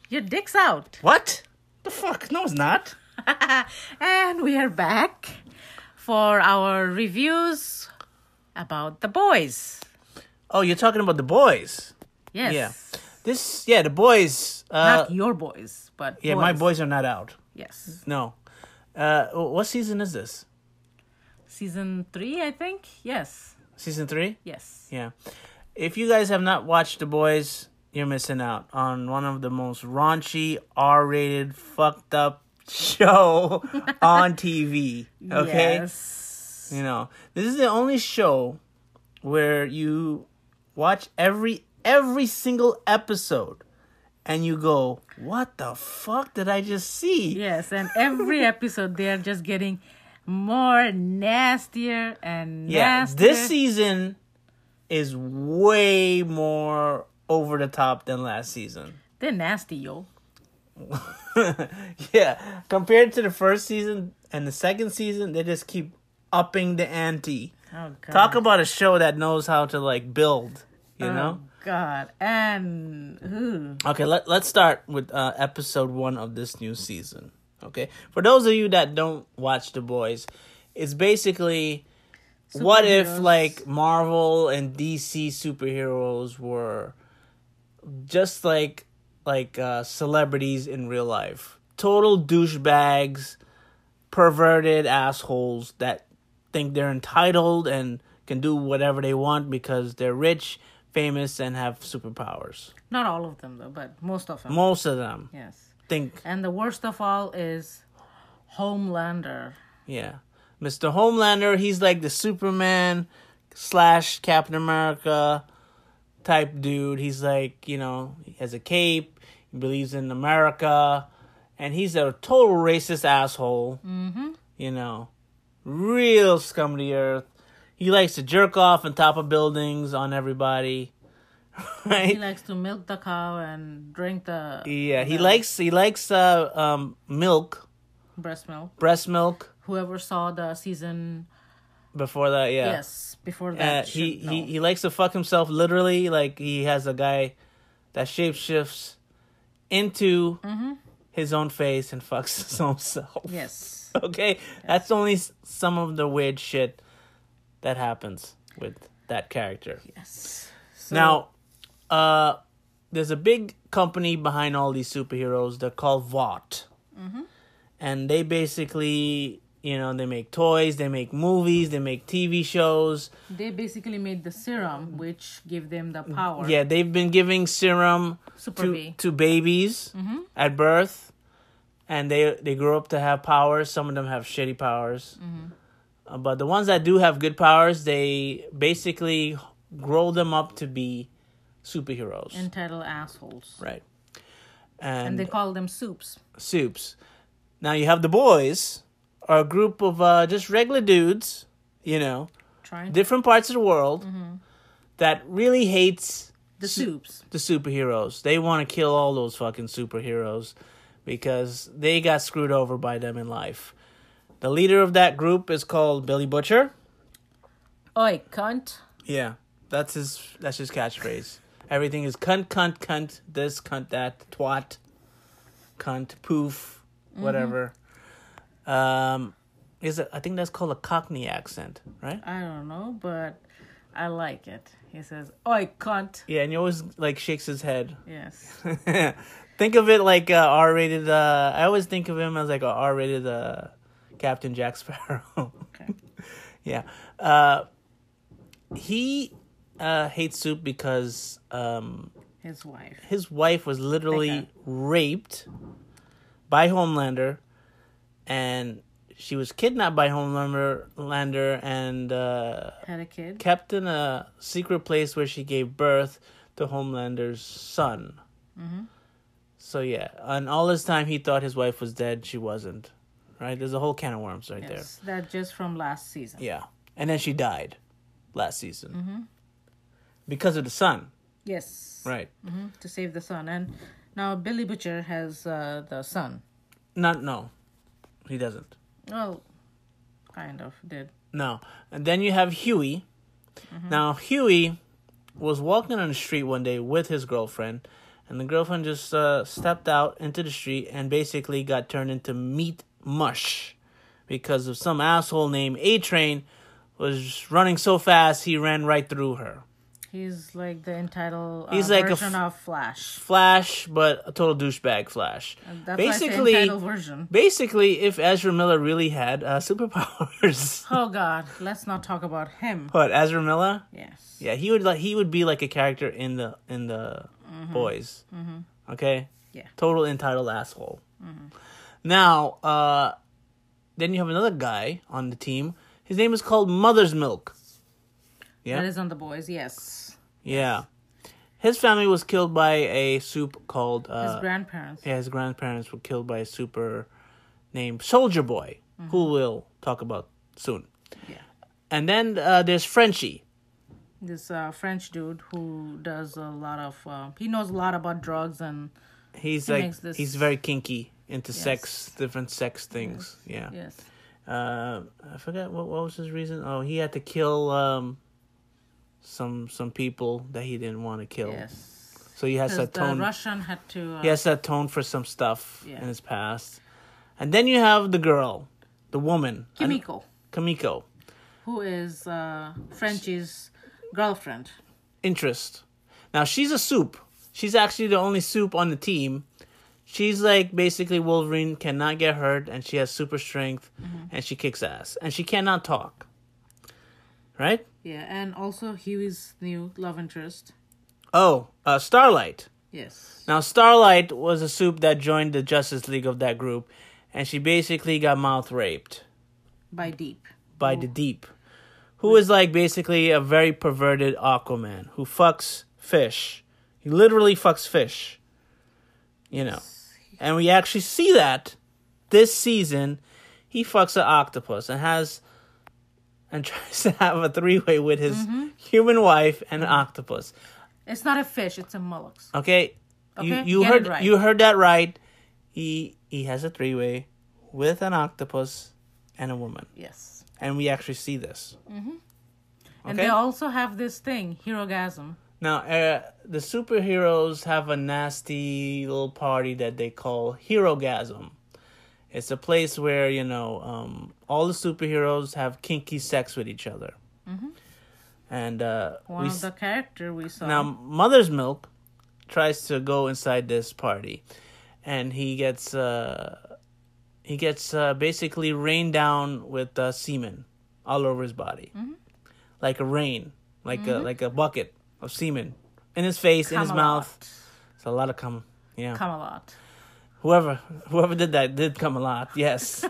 B: your dick's out.
A: what the fuck? No, it's not.
B: and we are back for our reviews about the boys.
A: Oh, you're talking about the boys.
B: Yes.
A: Yeah. This, yeah, the boys. Uh,
B: Not your boys, but
A: yeah, my boys are not out.
B: Yes.
A: No. Uh, what season is this?
B: Season three, I think. Yes.
A: Season three?
B: Yes.
A: Yeah. If you guys have not watched The Boys, you're missing out on one of the most raunchy, R rated, fucked up show on TV. Okay?
B: Yes.
A: You know, this is the only show where you watch every every single episode and you go, What the fuck did I just see?
B: Yes. And every episode, they are just getting more nastier and
A: Yeah,
B: nastier.
A: this season is way more over the top than last season.
B: They're nasty, yo.
A: yeah, compared to the first season and the second season, they just keep upping the ante.
B: Oh God.
A: Talk about a show that knows how to like build, you
B: Uh-huh.
A: know?
B: Oh, God. And ooh.
A: Okay, let, let's start with uh, episode one of this new season. Okay, for those of you that don't watch The Boys, it's basically what if
B: Superheroes.
A: like Marvel and DC superheroes were just like like uh, celebrities in real life, total douchebags, perverted assholes that think they're entitled and can do whatever they want because they're rich, famous, and have superpowers.
B: not all of them though, but most of them.
A: Most of them
B: yes.
A: think,
B: And the worst of all is Homelander.
A: yeah. Mr. Homelander, he's like the Superman slash Captain America type dude. He's like, you know, he has a cape, he believes in America, and he's a total racist asshole. Mm-hmm. You know, real scum of the earth. He likes to jerk off on top of buildings on everybody, right?
B: He likes to milk the cow and drink the
A: yeah, he likes he likes uh, um, milk,
B: breast milk.
A: breast milk.
B: Whoever saw the season,
A: Before that, yeah.
B: yes, before
A: Uh,
B: that,
A: he,
B: should know.
A: he he likes to fuck himself literally. Like he has a guy that shapeshifts into
B: Mm-hmm.
A: his own face and fucks his own self.
B: yes,
A: Okay, that's only s- some of the weird shit that happens with that character.
B: yes. So,
A: Now, uh, there's a big company behind all these superheroes. They're called Vought,
B: Mm-hmm.
A: and they basically, you know, they make toys, they make movies, they make TV shows.
B: they basically made the serum, which gave
A: Mm,
B: them the power.
A: Yeah, they've been giving serum
B: Super
A: to,
B: B. Mm-hmm.
A: to babies at birth, and they they grow up to have powers. Some of them have shitty powers,
B: Mm-hmm.
A: Uh, but the ones that do have good powers, they basically grow them up to be superheroes,
B: entitled assholes,
A: right?
B: and
A: And,
B: they call them soups.
A: soups. Now you have the boys, are a group of uh, just regular dudes, you know,
B: Trying
A: different parts of the world,
B: Mm-hmm.
A: that really hates
B: the soups.
A: the superheroes. They want to kill all those fucking superheroes because they got screwed over by them in life. The leader of that group is called Billy Butcher.
B: Oi, cunt!
A: Yeah, that's his. That's his catchphrase. Everything is cunt, cunt, cunt. This, cunt, that, twat, cunt, poof, whatever. Um, is it? I think that's called a Cockney accent, right?
B: I don't know, but I like it. He says, "Oi, cunt!"
A: Yeah, and he always like shakes his head.
B: Yes.
A: think of it like uh, R-rated. Uh, I always think of him as like a R-rated uh, Captain Jack Sparrow.
B: Okay.
A: yeah, uh, he uh, hates soup because um,
B: His wife.
A: his wife was literally
B: Okay.
A: raped by Homelander, and she was kidnapped by Homelander Lander and uh,
B: Had a kid.
A: kept in a secret place where she gave birth to Homelander's son. So yeah, and all this time he thought his wife was dead. She wasn't. Right? There's a whole can of worms right there.
B: Yes, that just from last season.
A: Yeah, and then she died last season because of the son.
B: Yes.
A: Right.
B: hmm To save the son, and now Billy Butcher has uh, the son.
A: Not no, he doesn't.
B: Well, kind of did.
A: No. And then you have Huey.
B: Mm-hmm.
A: Now, Huey was walking on the street one day with his girlfriend, and the girlfriend just uh, stepped out into the street and basically got turned into meat mush because of some asshole named A Train was running so fast he ran right through her.
B: He's like the entitled uh,
A: He's like a
B: version
A: f-
B: of Flash.
A: Flash, but a total douchebag Flash.
B: Uh, That's
A: basically,
B: why I say entitled version.
A: basically, if Ezra Miller really had uh, superpowers,
B: Oh God, let's not talk about him.
A: but Ezra Miller,
B: Yes.
A: yeah, he would like he would be like a character in the in the
B: Mm-hmm.
A: boys. Okay.
B: Yeah.
A: Total entitled asshole.
B: Mm-hmm.
A: Now, uh, then you have another guy on the team. His name is called Mother's Milk. Yeah.
B: That is on the boys. Yes.
A: Yeah. His family was killed by a soup called
B: His
A: uh,
B: grandparents.
A: yeah, his grandparents were killed by a super named Soldier Boy, who we'll talk about soon.
B: Mm-hmm. Yeah.
A: And then uh, there's Frenchie.
B: This uh, French dude who does a lot of. Uh, he knows a lot about drugs and
A: He's
B: He
A: like
B: makes this-
A: he's very kinky into sex, different sex things. Yeah.
B: yes.
A: Uh, I forgot what what was his reason. Oh, he had to kill um some some people that he didn't want to kill.
B: Yes.
A: So he has
B: Because
A: to
B: the
A: atone.
B: Russian had to. Uh,
A: He has to atone for some stuff
B: Yeah.
A: in his past. And then you have the girl, the woman, and-
B: Kimiko,
A: Kamiko.
B: who is uh, Frenchie's girlfriend.
A: interest. Now she's a soup. She's actually the only soup on the team. She's like basically Wolverine cannot get hurt and she has super strength and she kicks ass and she cannot talk. Right?
B: Yeah, and also Huey's new love interest.
A: Oh, uh, Starlight.
B: Yes.
A: Now Starlight was a soup that joined the Justice League of that group and she basically got mouth raped
B: By Deep.
A: by the Deep, who is like basically a very perverted Aquaman who fucks fish. He literally fucks fish. You know. And we actually see that this season he fucks an octopus and has and tries to have a three way with his
B: Mm-hmm.
A: human wife and an octopus.
B: It's not a fish, it's a mollusk.
A: Okay? You
B: Okay,
A: you
B: get it
A: heard
B: right.
A: you heard that right. He he has a three way with an octopus and a woman.
B: Yes.
A: And we actually see this.
B: And
A: Okay.
B: they also have this thing, herogasm.
A: Now, uh, the superheroes have a nasty little party that they call Herogasm. It's a place where, you know, um, all the superheroes have kinky sex with each other. And uh,
B: Mm-hmm. One
A: we
B: of
A: s-
B: the character we saw.
A: now, Mother's Milk tries to go inside this party, and he gets uh, he gets uh, basically rained down with uh, semen all over his body, like a rain, like a like a bucket of semen in his face, in his mouth. It's a lot of cum. Yeah,
B: Camelot.
A: whoever whoever did that did come a lot. Yes.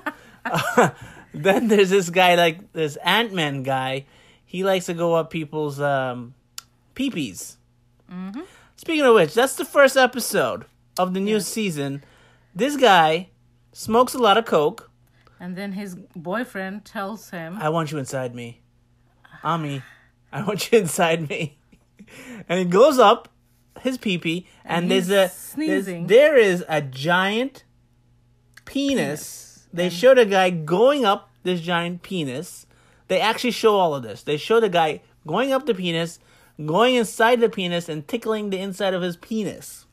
A: then there's this guy like this Ant Man guy. He likes to go up people's um, peepees. Speaking of which, that's the first episode of the new season. This guy smokes a lot of coke.
B: And then his boyfriend tells him,
A: I want you inside me, Ami. I want you inside me. and he goes up his peepee, and, there's
B: he's
A: a there's,
B: sneezing.
A: there is a giant penis. They showed a guy going up this giant penis. They actually show all of this. They show the guy going up the penis, going inside the penis, and tickling the inside of his penis.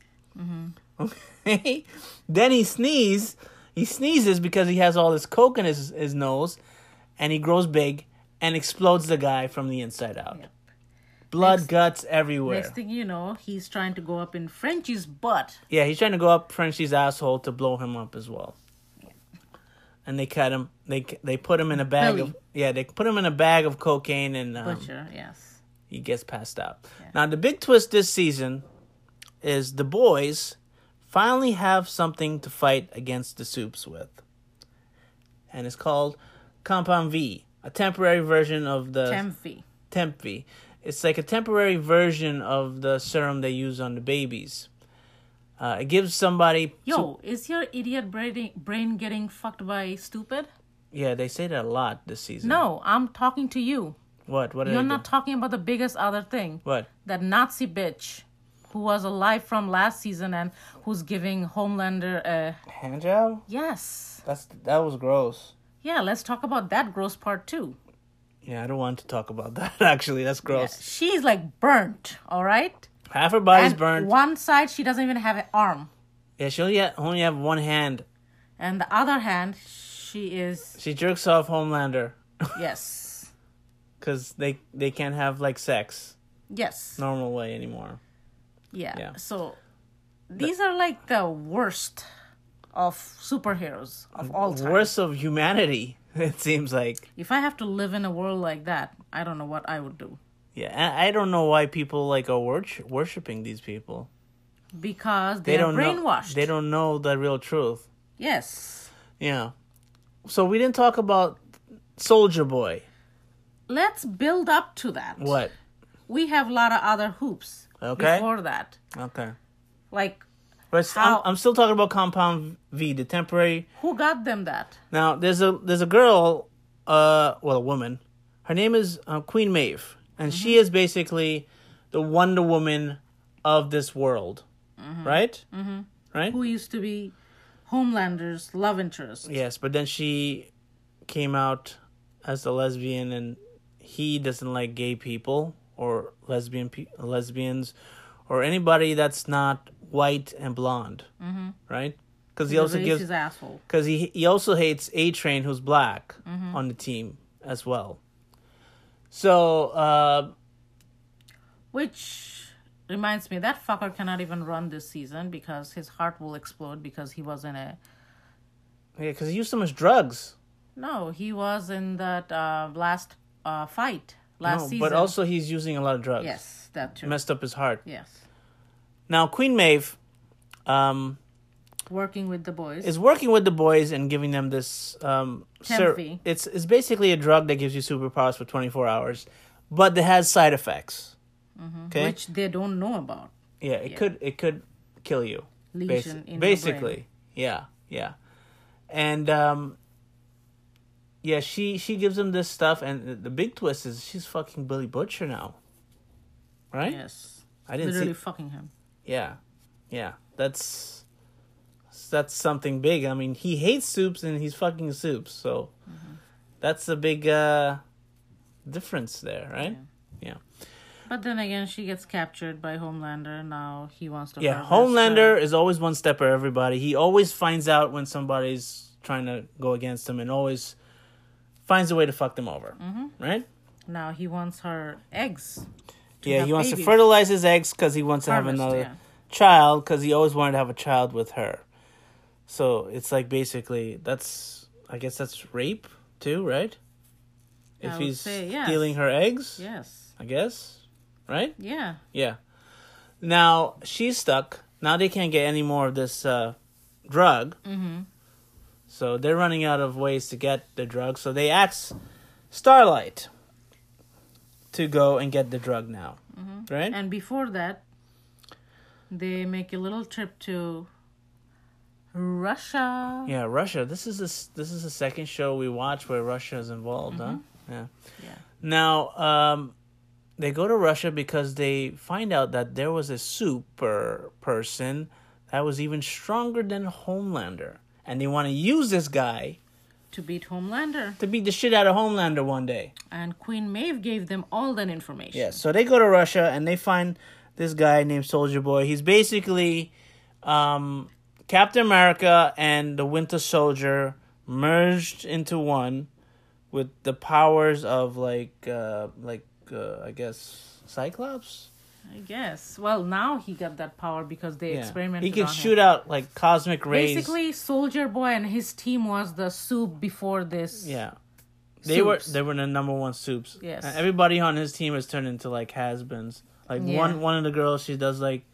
A: Okay. then he sneezes. He sneezes because he has all this coke in his, his nose, and he grows big and explodes the guy from the inside out. Blood, guts everywhere.
B: next thing you know, he's trying to go up in Frenchie's butt.
A: Yeah, he's trying to go up Frenchie's asshole to blow him up as well. And they cut him. They they put him in a bag of
B: Billy.
A: yeah. They put him in a bag of cocaine and um,
B: Butcher, yes.
A: he gets passed out. Now the big twist this season is the boys finally have something to fight against the soups with, and it's called Compound V, a temporary version of the
B: Temfi.
A: Tempy. It's like a temporary version of the serum they use on the babies. Uh, it gives somebody.
B: Yo, is your idiot brain, brain getting fucked by stupid?
A: yeah, they say that a lot this season.
B: No, I'm talking to you.
A: What? What did I
B: You're
A: do?
B: not talking about the biggest other thing.
A: What?
B: That Nazi bitch who was alive from last season and who's giving Homelander a.
A: Hand job?
B: Yes.
A: That's that was gross.
B: Yeah, let's talk about that gross part too.
A: Yeah, I don't want to talk about that. Actually, that's gross.
B: She's like burnt, all right?
A: Half her body's
B: And
A: burned.
B: One side, she doesn't even have an arm.
A: yeah, she only, ha- only have one hand.
B: And the other hand, she is,
A: She jerks off Homelander
B: yes.
A: because they they can't have like sex
B: Yes.
A: normal way anymore.
B: Yeah.
A: Yeah.
B: So these are like the worst of superheroes
A: Mm.
B: of all time.
A: Worst of humanity, it seems like.
B: If I have to live in a world like that, I don't know what I would do.
A: Yeah, and I don't know why people like are worsh- worshiping these people.
B: Because they,
A: They
B: are
A: don't
B: brainwashed.
A: know. They don't know the real truth.
B: Yes.
A: Yeah. So we didn't talk about Soldier Boy.
B: Let's build up to that.
A: What?
B: We have a lot of other hoops
A: Okay.
B: before that.
A: Okay.
B: Like,
A: But s-
B: How-
A: I'm, I'm still talking about Compound V, the temporary.
B: who got them that?
A: Now there's a there's a girl, uh, well, a woman. Her name is uh, Queen Maeve, and she is basically the Wonder Woman of this world, right? Mm-hmm. Right.
B: Who used to be Homelander's love interest?
A: Yes, but then she came out as a lesbian, and he doesn't like gay people or lesbian pe- lesbians or anybody that's not white and blonde, mm-hmm. right? Because he also
B: the
A: gives
B: racist asshole.
A: because he he also hates A Train, who's black
B: Mm-hmm.
A: on the team as well. So uh,
B: Which reminds me, that fucker cannot even run this season because his heart will explode because he was in a.
A: yeah, because he used so much drugs,
B: No, he was in that uh, last uh, fight last
A: No,
B: season.
A: but also he's using a lot of drugs.
B: Yes, that too.
A: messed up his heart.
B: yes.
A: Now Queen Maeve, um,
B: Working with the boys.
A: is working with the boys and giving them this um syrup.
B: Temfi.
A: it's it's basically a drug that gives you superpowers for 24 hours but that has side effects okay
B: Mm-hmm. which they don't know about.
A: yeah it could it could kill you
B: Lesion
A: basi-
B: in your brain.
A: basically yeah yeah and um yeah she she gives them this stuff and the- the big twist is she's fucking billy butcher now right
B: Yes.
A: i didn't
B: Literally
A: see
B: fucking him.
A: Yeah, yeah, that's that's something big. I mean, he hates soups and he's fucking soups, so
B: Mm-hmm.
A: that's a big uh, difference there, right? Yeah,
B: But then again, she gets captured by Homelander. Now he wants to.
A: yeah.
B: harvest, uh,
A: Homelander is always one stepper. Everybody, he always finds out when somebody's trying to go against him, and always finds a way to fuck them over,
B: Mm-hmm.
A: right?
B: now he wants her eggs.
A: Yeah,
B: have
A: he wants
B: babies.
A: to fertilize his eggs because he wants to
B: Harvest,
A: have another
B: yeah.
A: child because he always wanted to have a child with her. So it's like basically that's I guess that's rape too, right? If
B: I would
A: he's
B: say yes.
A: stealing her eggs,
B: Yes.
A: I guess, right?
B: Yeah.
A: Yeah. Now she's stuck. Now they can't get any more of this uh, drug. Mm-hmm. So they're running out of ways to get the drug. So they ask Starlight to go and get the drug now. Mm-hmm. Right?
B: And before that, they make a little trip to Russia.
A: yeah, Russia. This is this this is the second show we watch where Russia is involved, huh? Yeah.
B: Yeah.
A: Now, um, they go to Russia because they find out that there was a super person that was even stronger than Homelander, and they want to use this guy
B: To beat Homelander.
A: to beat the shit out of Homelander one day.
B: And Queen Maeve gave them all that information.
A: Yeah, so they go to Russia and they find this guy named Soldier Boy. He's basically um, Captain America and the Winter Soldier merged into one with the powers of like uh, like uh, I guess Cyclops.
B: I guess. Well, now he got that power because they
A: Yeah.
B: experimented
A: He can
B: on him.
A: shoot out like cosmic rays.
B: Basically, Soldier Boy and his team was the soup before this.
A: yeah. They
B: Soups.
A: were they were the number one soups.
B: Yes.
A: And everybody on his team has turned into like has-beens. Like
B: Yeah.
A: one one of the girls, she does like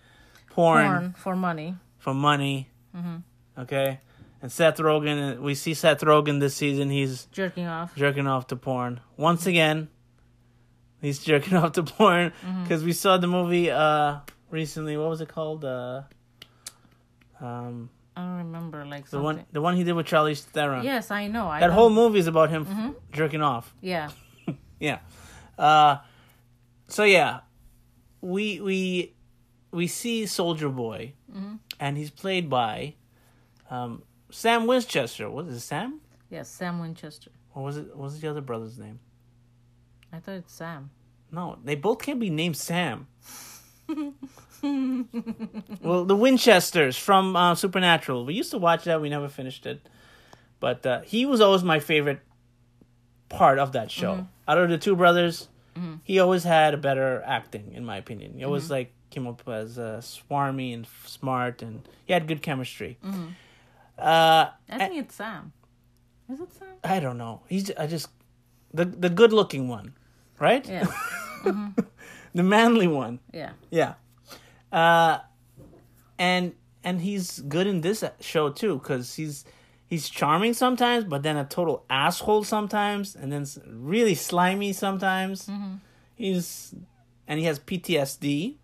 A: porn.
B: porn for money.
A: for money. Okay, and Seth Rogen. uh, We see Seth Rogen this season. He's
B: Jerking off.
A: jerking off to porn once again. He's jerking off to porn because we saw the movie uh recently. What was it called? Uh, um,
B: I don't remember like
A: the
B: something.
A: one the one he did with Charlie Theron.
B: Yes, I know. I
A: That
B: don't-
A: whole movie is about him f- jerking off.
B: yeah.
A: Yeah. Uh, so yeah, we we we see Soldier Boy, and he's played by um, Sam Winchester. Was it Sam
B: Yes, Sam Winchester.
A: or was it what was the other brother's name?
B: I thought it's Sam.
A: No, they both can't be named Sam. well, the Winchesters from uh, Supernatural. We used to watch that. We never finished it, but uh, he was always my favorite part of that show. Out of the two brothers, he always had a better acting, in my opinion. He always like came up as uh, swarmy and f- smart, and he had good chemistry. Uh,
B: I think it's Sam. Is it Sam?
A: I don't know. He's I just the the good looking one, right?
B: Yeah.
A: The manly one.
B: Yeah.
A: Yeah. Uh, and and he's good in this uh, show too because he's he's charming sometimes, but then a total asshole sometimes, and then s- really slimy sometimes. He's and he has PTSD,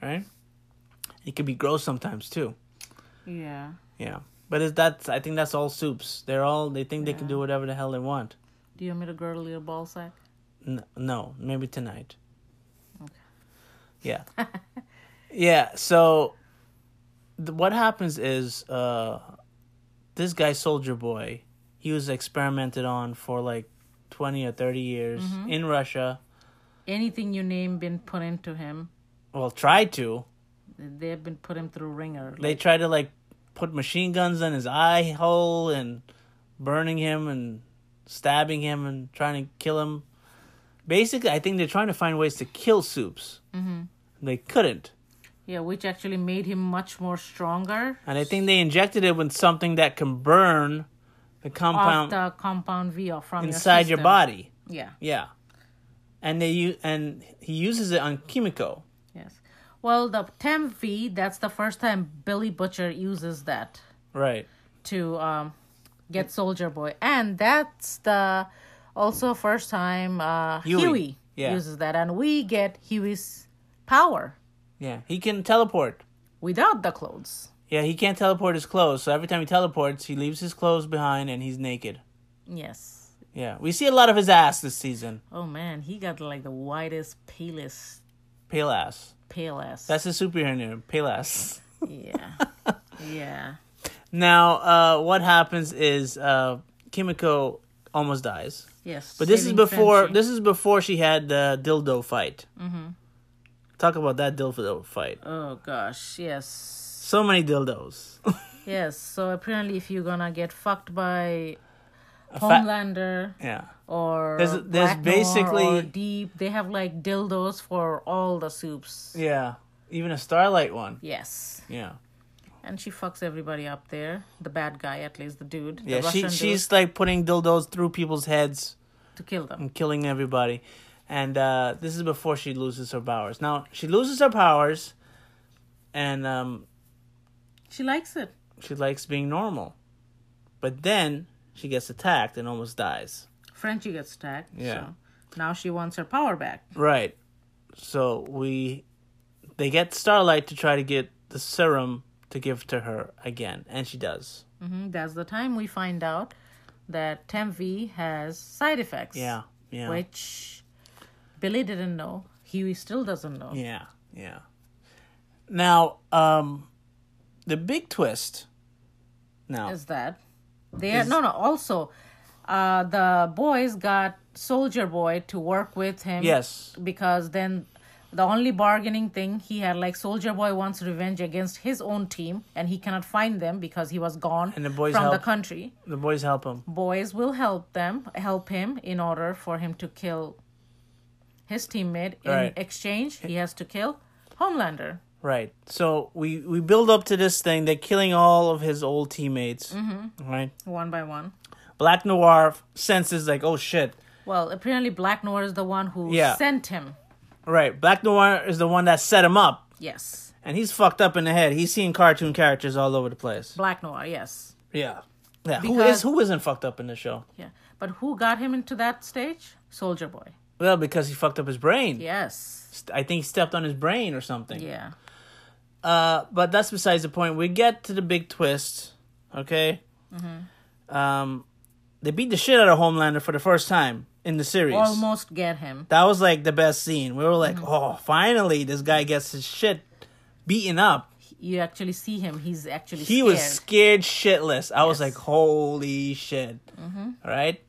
A: right? He could be gross sometimes too.
B: Yeah.
A: Yeah, but is that I think that's all soups. They're all they think they can do whatever the hell they want.
B: Do you want me to girdle your ball sack?
A: N- no, maybe tonight. Yeah. yeah, so th- what happens is uh this guy Soldier Boy, he was experimented on for like 20 or 30 years in Russia.
B: Anything you name been put into him,
A: Well, tried to.
B: they've been put him through ringer.
A: They tried to like put machine guns in his eye hole and burning him and stabbing him and trying to kill him. Basically, I think they're trying to find ways to kill Soups. Mm-hmm. They couldn't.
B: Yeah, which actually made him much more stronger.
A: And I think they injected it with something that can burn the
B: Off
A: compound
B: the compound V or from
A: inside your
B: your, system.
A: body.
B: Yeah.
A: Yeah. And they u- and he uses it on Kimiko.
B: Yes. Well, the temp V. That's the first time Billy Butcher uses that
A: Right.
B: to um, get Soldier Boy, and that's the also first time uh,
A: Huey.
B: Huey,
A: Yeah.
B: uses that, and we get Huey's power
A: Yeah. He can teleport.
B: without the clothes.
A: Yeah, he can't teleport his clothes. So every time he teleports, he leaves his clothes behind and he's naked.
B: Yes.
A: Yeah. We see a lot of his ass this season.
B: Oh man, he got like the whitest, palest,
A: Pale ass.
B: pale ass.
A: That's his superhero name, Pale ass.
B: yeah. yeah.
A: Now, uh, what happens is uh, Kimiko almost dies.
B: Yes.
A: But this is
B: saving
A: before
B: Frenchie.
A: this is before she had the dildo fight. Mm-hmm. Talk about that dildo fight.
B: Oh gosh, yes.
A: So many dildos.
B: Yes, so apparently, if you're gonna get fucked by
A: fat-
B: Homelander
A: yeah.
B: or
A: There's- there's
B: Black Noir
A: basically-
B: or Deep, they have like dildos for all the soups.
A: Yeah. Even a starlight one.
B: Yes,
A: Yeah.
B: and she fucks everybody up there. The bad guy, at least the dude,
A: Yeah.
B: the
A: She
B: Russian
A: she's like putting dildos through people's heads
B: dude, to kill them.
A: and killing everybody. And uh, this is before she loses her powers. Now she loses her powers, and um,
B: She likes it.
A: she likes being normal, but then she gets attacked and almost dies.
B: Frenchie gets attacked.
A: Yeah.
B: So now she wants her power back.
A: Right. So we they get Starlight to try to get the serum to give to her again, and she does.
B: hmm That's the time we find out that Temvi has side effects.
A: Yeah. Yeah.
B: Which Billy didn't know. Huey still doesn't know.
A: Yeah. Yeah. Now, um the big twist now
B: is that they are no no also uh the boys got soldier boy to work with him
A: Yes.
B: because then the only bargaining thing he had like soldier boy wants revenge against his own team and he cannot find them because he was gone
A: And the boys
B: from the
A: help.
B: country
A: the boys help him.
B: boys will help them help him in order for him to kill his teammate in
A: Right.
B: exchange he has to kill homelander
A: Right. So we we build up to this thing. They're killing all of his old teammates. Mm-hmm. Right.
B: one by one
A: Black Noir senses like, oh shit.
B: well apparently black noir is the one who
A: Yeah.
B: sent him
A: Right. Black Noir is the one that set him up.
B: yes
A: And he's fucked up in the head. He's seen cartoon characters all over the place.
B: Black Noir, yes.
A: Yeah. Yeah. who
B: Because-
A: is who isn't fucked up in the show?
B: Yeah. But who got him into that stage? Soldier Boy.
A: Well, because he fucked up his brain.
B: Yes.
A: St- I think he stepped on his brain or something.
B: Yeah.
A: Uh, but that's besides the point. We get to the big twist. Okay.
B: Mm-hmm.
A: Um, they beat the shit out of Homelander for the first time in the series.
B: Almost Mm-hmm. get him.
A: That was like the best scene. We were like, oh, finally, this guy gets his shit beaten up.
B: You actually see him. He's actually
A: he
B: scared.
A: was scared shitless. I was like, holy shit. All right?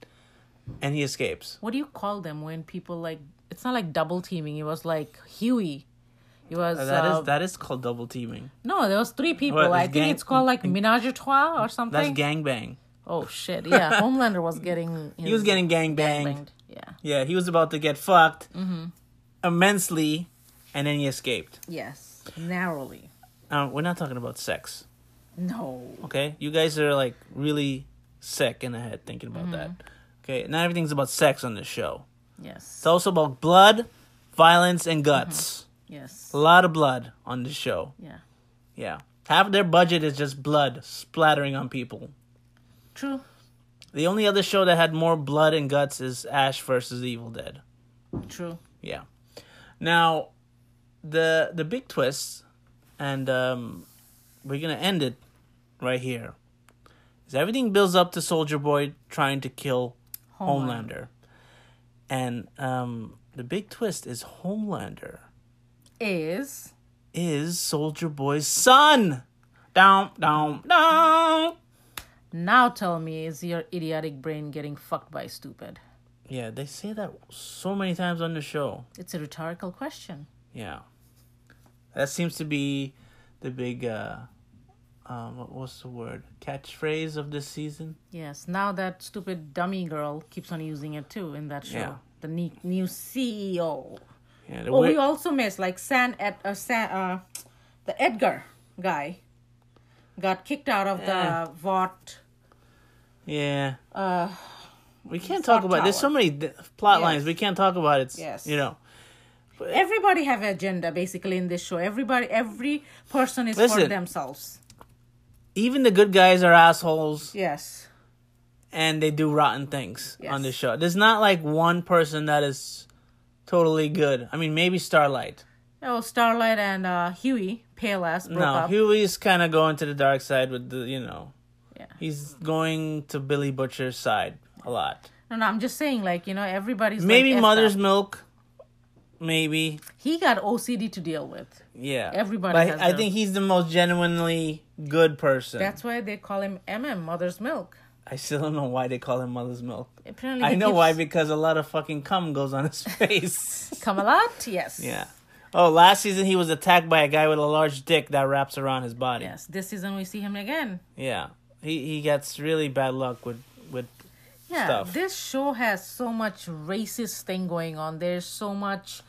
A: And he escapes.
B: what do you call them when people like it's not like double teaming. It was like Huey. It was
A: That is
B: uh,
A: that is called double teaming.
B: no, there was three people.
A: What,
B: I
A: this
B: think
A: gang-
B: it's called like Menage a Trois or
A: That's
B: something.
A: gangbang.
B: oh shit! Yeah, Homelander was getting
A: He was getting gangbanged. Mm-hmm.
B: banged. Yeah.
A: Yeah, he was about to get fucked immensely, and then he escaped.
B: Yes. Narrowly.
A: Um, we're not talking about sex,
B: No.
A: okay? You guys are like really sick in the head thinking about that. Okay, not everything's about sex on this show.
B: Yes.
A: It's also about blood, violence, and guts.
B: Yes.
A: A lot of blood on this show.
B: Yeah.
A: Yeah, half their budget is just blood splattering on people.
B: True.
A: The only other show that had more blood and guts is Ash versus Evil Dead.
B: True.
A: Yeah. Now, the the big twist, and um, we're gonna end it right here. Is everything builds up to Soldier Boy trying to kill Homelander, and um, the big twist is Homelander
B: Is
A: is Soldier Boy's son. Down, down, down.
B: now tell me is your idiotic brain getting fucked by stupid?
A: Yeah, they say that so many times on the show.
B: It's a rhetorical question.
A: Yeah. That seems to be the big uh um what was the word? Catchphrase of this season?
B: Yes, now that stupid dummy girl keeps on using it too in that show.
A: Yeah.
B: The ne- new E CEO.
A: Yeah, the
B: Oh,
A: way-
B: we also missed like San Ed, uh, San, uh, the Edgar guy got kicked out of
A: Yeah.
B: the Vought.
A: yeah. Uh we can't talk about there's so
B: Tower.
A: many th- plot lines
B: Yes.
A: we can't talk about it's
B: Yes.
A: you know.
B: Everybody have agenda basically in this show. Everybody, every person is for
A: Listen.
B: themselves.
A: Even the good guys are assholes
B: Yes,
A: and they do rotten things on this
B: Yes.
A: show. There's not like one person that is totally good. I mean maybe Starlight.
B: oh Starlight and uh, Huey, pale ass, broke
A: No,
B: up.
A: Huey's kind of going to the dark side with the, you know,
B: Yeah.
A: he's going to Billy Butcher's side a lot.
B: no, no, I'm just saying, like you know, everybody's
A: Maybe
B: like, "F
A: mother's
B: that."
A: milk. Maybe
B: He got OCD to deal with.
A: yeah.
B: Everybody
A: But
B: has
A: I
B: their-
A: think he's the most genuinely good person.
B: That's why they call him MM, Mother's Milk.
A: I still don't know why they call him mother's milk.
B: Apparently,
A: I
B: he
A: know why
B: keeps-
A: because a lot of fucking cum goes on his face.
B: Come a lot, yes.
A: yeah. Oh, last season he was attacked by a guy with a large dick that wraps around his body.
B: Yes, this season we see him again.
A: Yeah. He he gets really bad luck with with
B: Yeah,
A: stuff.
B: this show has so much racist thing going on. There's so much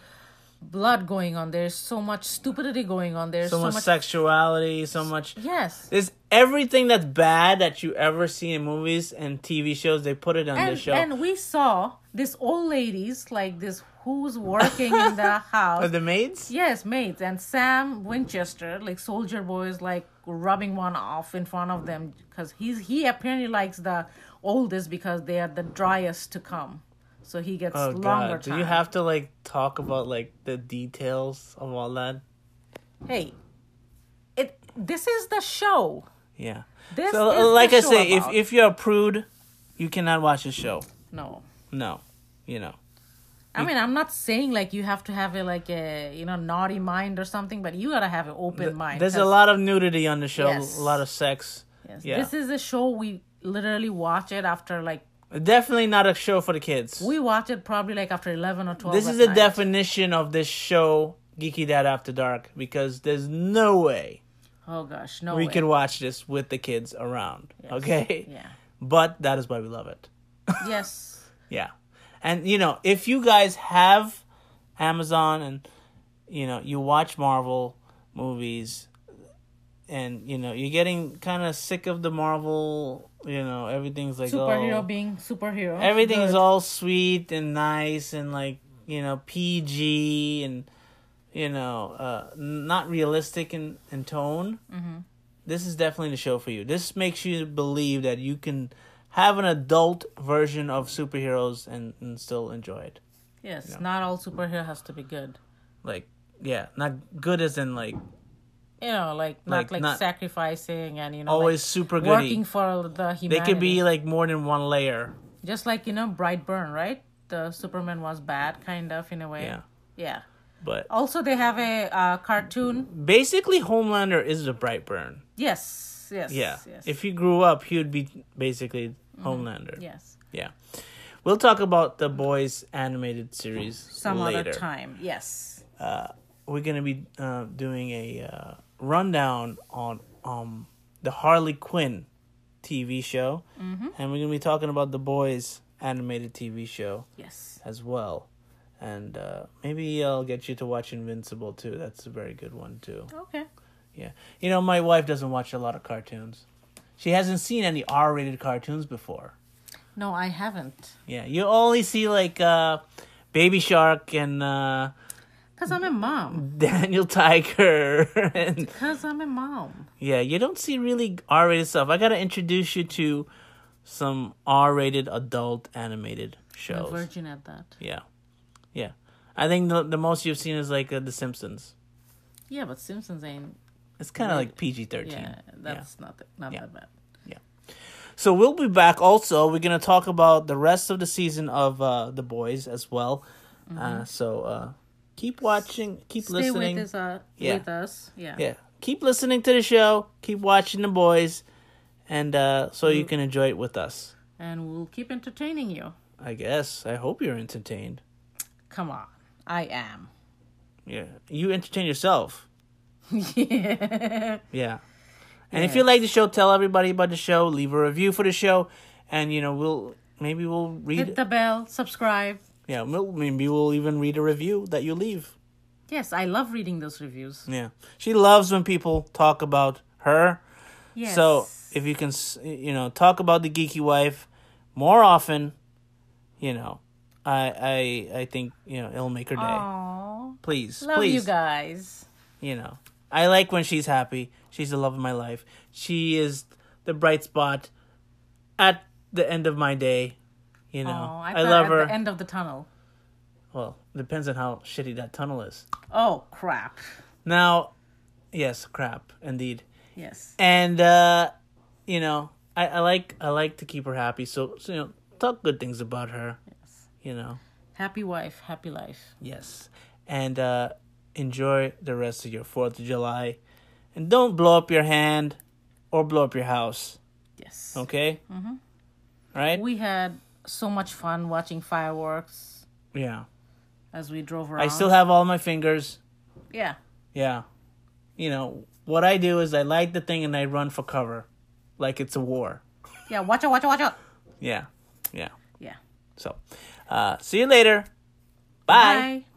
B: blood going on. There's so much stupidity going on. There's
A: so,
B: so,
A: much, sexuality, so much
B: Yes.
A: There's everything that's bad that you ever see in movies and TV shows. They put it on
B: And,
A: this show.
B: and we saw these old ladies like this who's working in the
A: Are
B: house.
A: the maids?
B: Yes, maids. And Sam Winchester, like Soldier Boy, is like rubbing one off in front of them because he's he apparently likes the oldest because they are the driest to come, so he gets
A: Oh
B: longer
A: god!
B: time.
A: Do you have to like talk about like the details of all that?
B: hey, it this is the show.
A: Yeah.
B: This
A: so
B: is the
A: like I
B: show
A: say, if
B: about.
A: if you're a prude, you cannot watch the show.
B: No.
A: No, you know.
B: I mean, I'm not saying like you have to have a like a you know naughty mind or something, but you gotta have an open mind.
A: There's a
B: 'cause-
A: lot of nudity on the show.
B: Yes.
A: A lot of sex.
B: yes,
A: yeah.
B: This is a show we literally watch it after like
A: Definitely not a show for the kids.
B: we watch it probably like after eleven or twelve.
A: this
B: at
A: is the
B: night.
A: definition of this show, Geeky Dad After Dark, because there's no way
B: Oh gosh, no.
A: we
B: way.
A: can watch this with the kids around. Okay?
B: Yeah.
A: But that is why we love it.
B: Yes.
A: Yeah. And you know, if you guys have Amazon and you know, you watch Marvel movies and you know, you're getting kind of sick of the Marvel, you know, everything's like
B: Superhero
A: oh,
B: being superhero.
A: everything's
B: Good.
A: all sweet and nice and like, you know, PG and you know, uh not realistic in in tone. Mm-hmm. This is definitely the show for you. This makes you believe that you can have an adult version of superheroes and, and still enjoy it.
B: Yes, not all superhero has to be good.
A: Like, yeah, not good as in like
B: You know, like not
A: Like,
B: like,
A: not-
B: sacrificing and you know
A: always
B: like,
A: super goody.
B: working for the humanity.
A: they could be like more than one layer.
B: just like you know Brightburn, right? The Superman was bad, kind of in a way.
A: Yeah.
B: Yeah.
A: But
B: Also, they have a uh, cartoon.
A: basically, Homelander is the Brightburn.
B: Yes. Yes.
A: Yeah.
B: Yes. Mm-hmm.
A: If he grew up, he would be basically Homelander.
B: yes.
A: Yeah. We'll talk about the boys animated series
B: Some
A: later.
B: other time. Yes.
A: we're gonna be uh, doing a uh, rundown on um the Harley Quinn TV show, and we're gonna be talking about the boys animated TV show
B: Yes.
A: as well. And uh, maybe I'll get you to watch Invincible too. That's a very good one too.
B: Okay.
A: Yeah, you know my wife doesn't watch a lot of cartoons. She hasn't seen any R-rated cartoons before.
B: No, I haven't.
A: Yeah, you only see like uh, Baby Shark and uh,
B: Because I'm a mom.
A: Daniel Tiger and
B: Because I'm a mom.
A: Yeah, you don't see really R rated stuff. I gotta introduce you to some R rated adult animated
B: I'm a
A: shows.
B: virgin at that.
A: yeah. Yeah. I think the, the most you've seen is like uh, The Simpsons.
B: Yeah, but Simpsons ain't.
A: It's kind of like PG 13.
B: Yeah, that's not that, not that bad.
A: So we'll be back also. We're going to talk about the rest of the season of uh, The Boys as well. Uh, so uh, keep watching, keep
B: Mm-hmm. Stay
A: listening.
B: with us. Uh,
A: Yeah.
B: With us. Yeah.
A: yeah. Keep listening to the show, keep watching The Boys, and uh, so you can enjoy it with us.
B: And we'll keep entertaining you.
A: I guess. I hope you're entertained.
B: Come on. I am.
A: Yeah. You entertain yourself.
B: yeah.
A: Yeah. And if you like the show, tell everybody about the show, leave a review for the show, and you know, we'll maybe we'll
B: Hit
A: read
B: the bell. Subscribe.
A: Yeah, we'll, maybe we'll even read a review that you leave.
B: Yes, I love reading those reviews.
A: Yeah. She loves when people talk about her.
B: Yes.
A: So, if you can, s- you know, talk about the geeky wife more often, you know, I I I think, you know, it'll make her day.
B: Aww.
A: Please.
B: Love
A: please.
B: you guys.
A: you know i like when she's happy she's the love of my life she is the bright spot at the end of my day you know
B: Aw,
A: i,
B: Oh, thought
A: love
B: at
A: her
B: the end of the tunnel.
A: well depends on how shitty that tunnel is
B: Oh, crap.
A: now yes crap indeed
B: Yes.
A: and uh you know i, I like i like to keep her happy so, so you know talk good things about her yes. you know
B: Happy wife, happy life.
A: Yes. And uh, enjoy the rest of your 4th of July. And don't blow up your hand or blow up your house.
B: Yes.
A: Okay? Mm-hmm. Right?
B: We had so much fun watching fireworks
A: yeah.
B: as we drove around.
A: I still have all my fingers.
B: Yeah.
A: Yeah. You know, what I do is I light the thing and I run for cover like it's a war.
B: Yeah, watch out, watch out, watch out.
A: Yeah. Yeah.
B: Yeah.
A: So, uh, see you later. Bye.
B: Bye.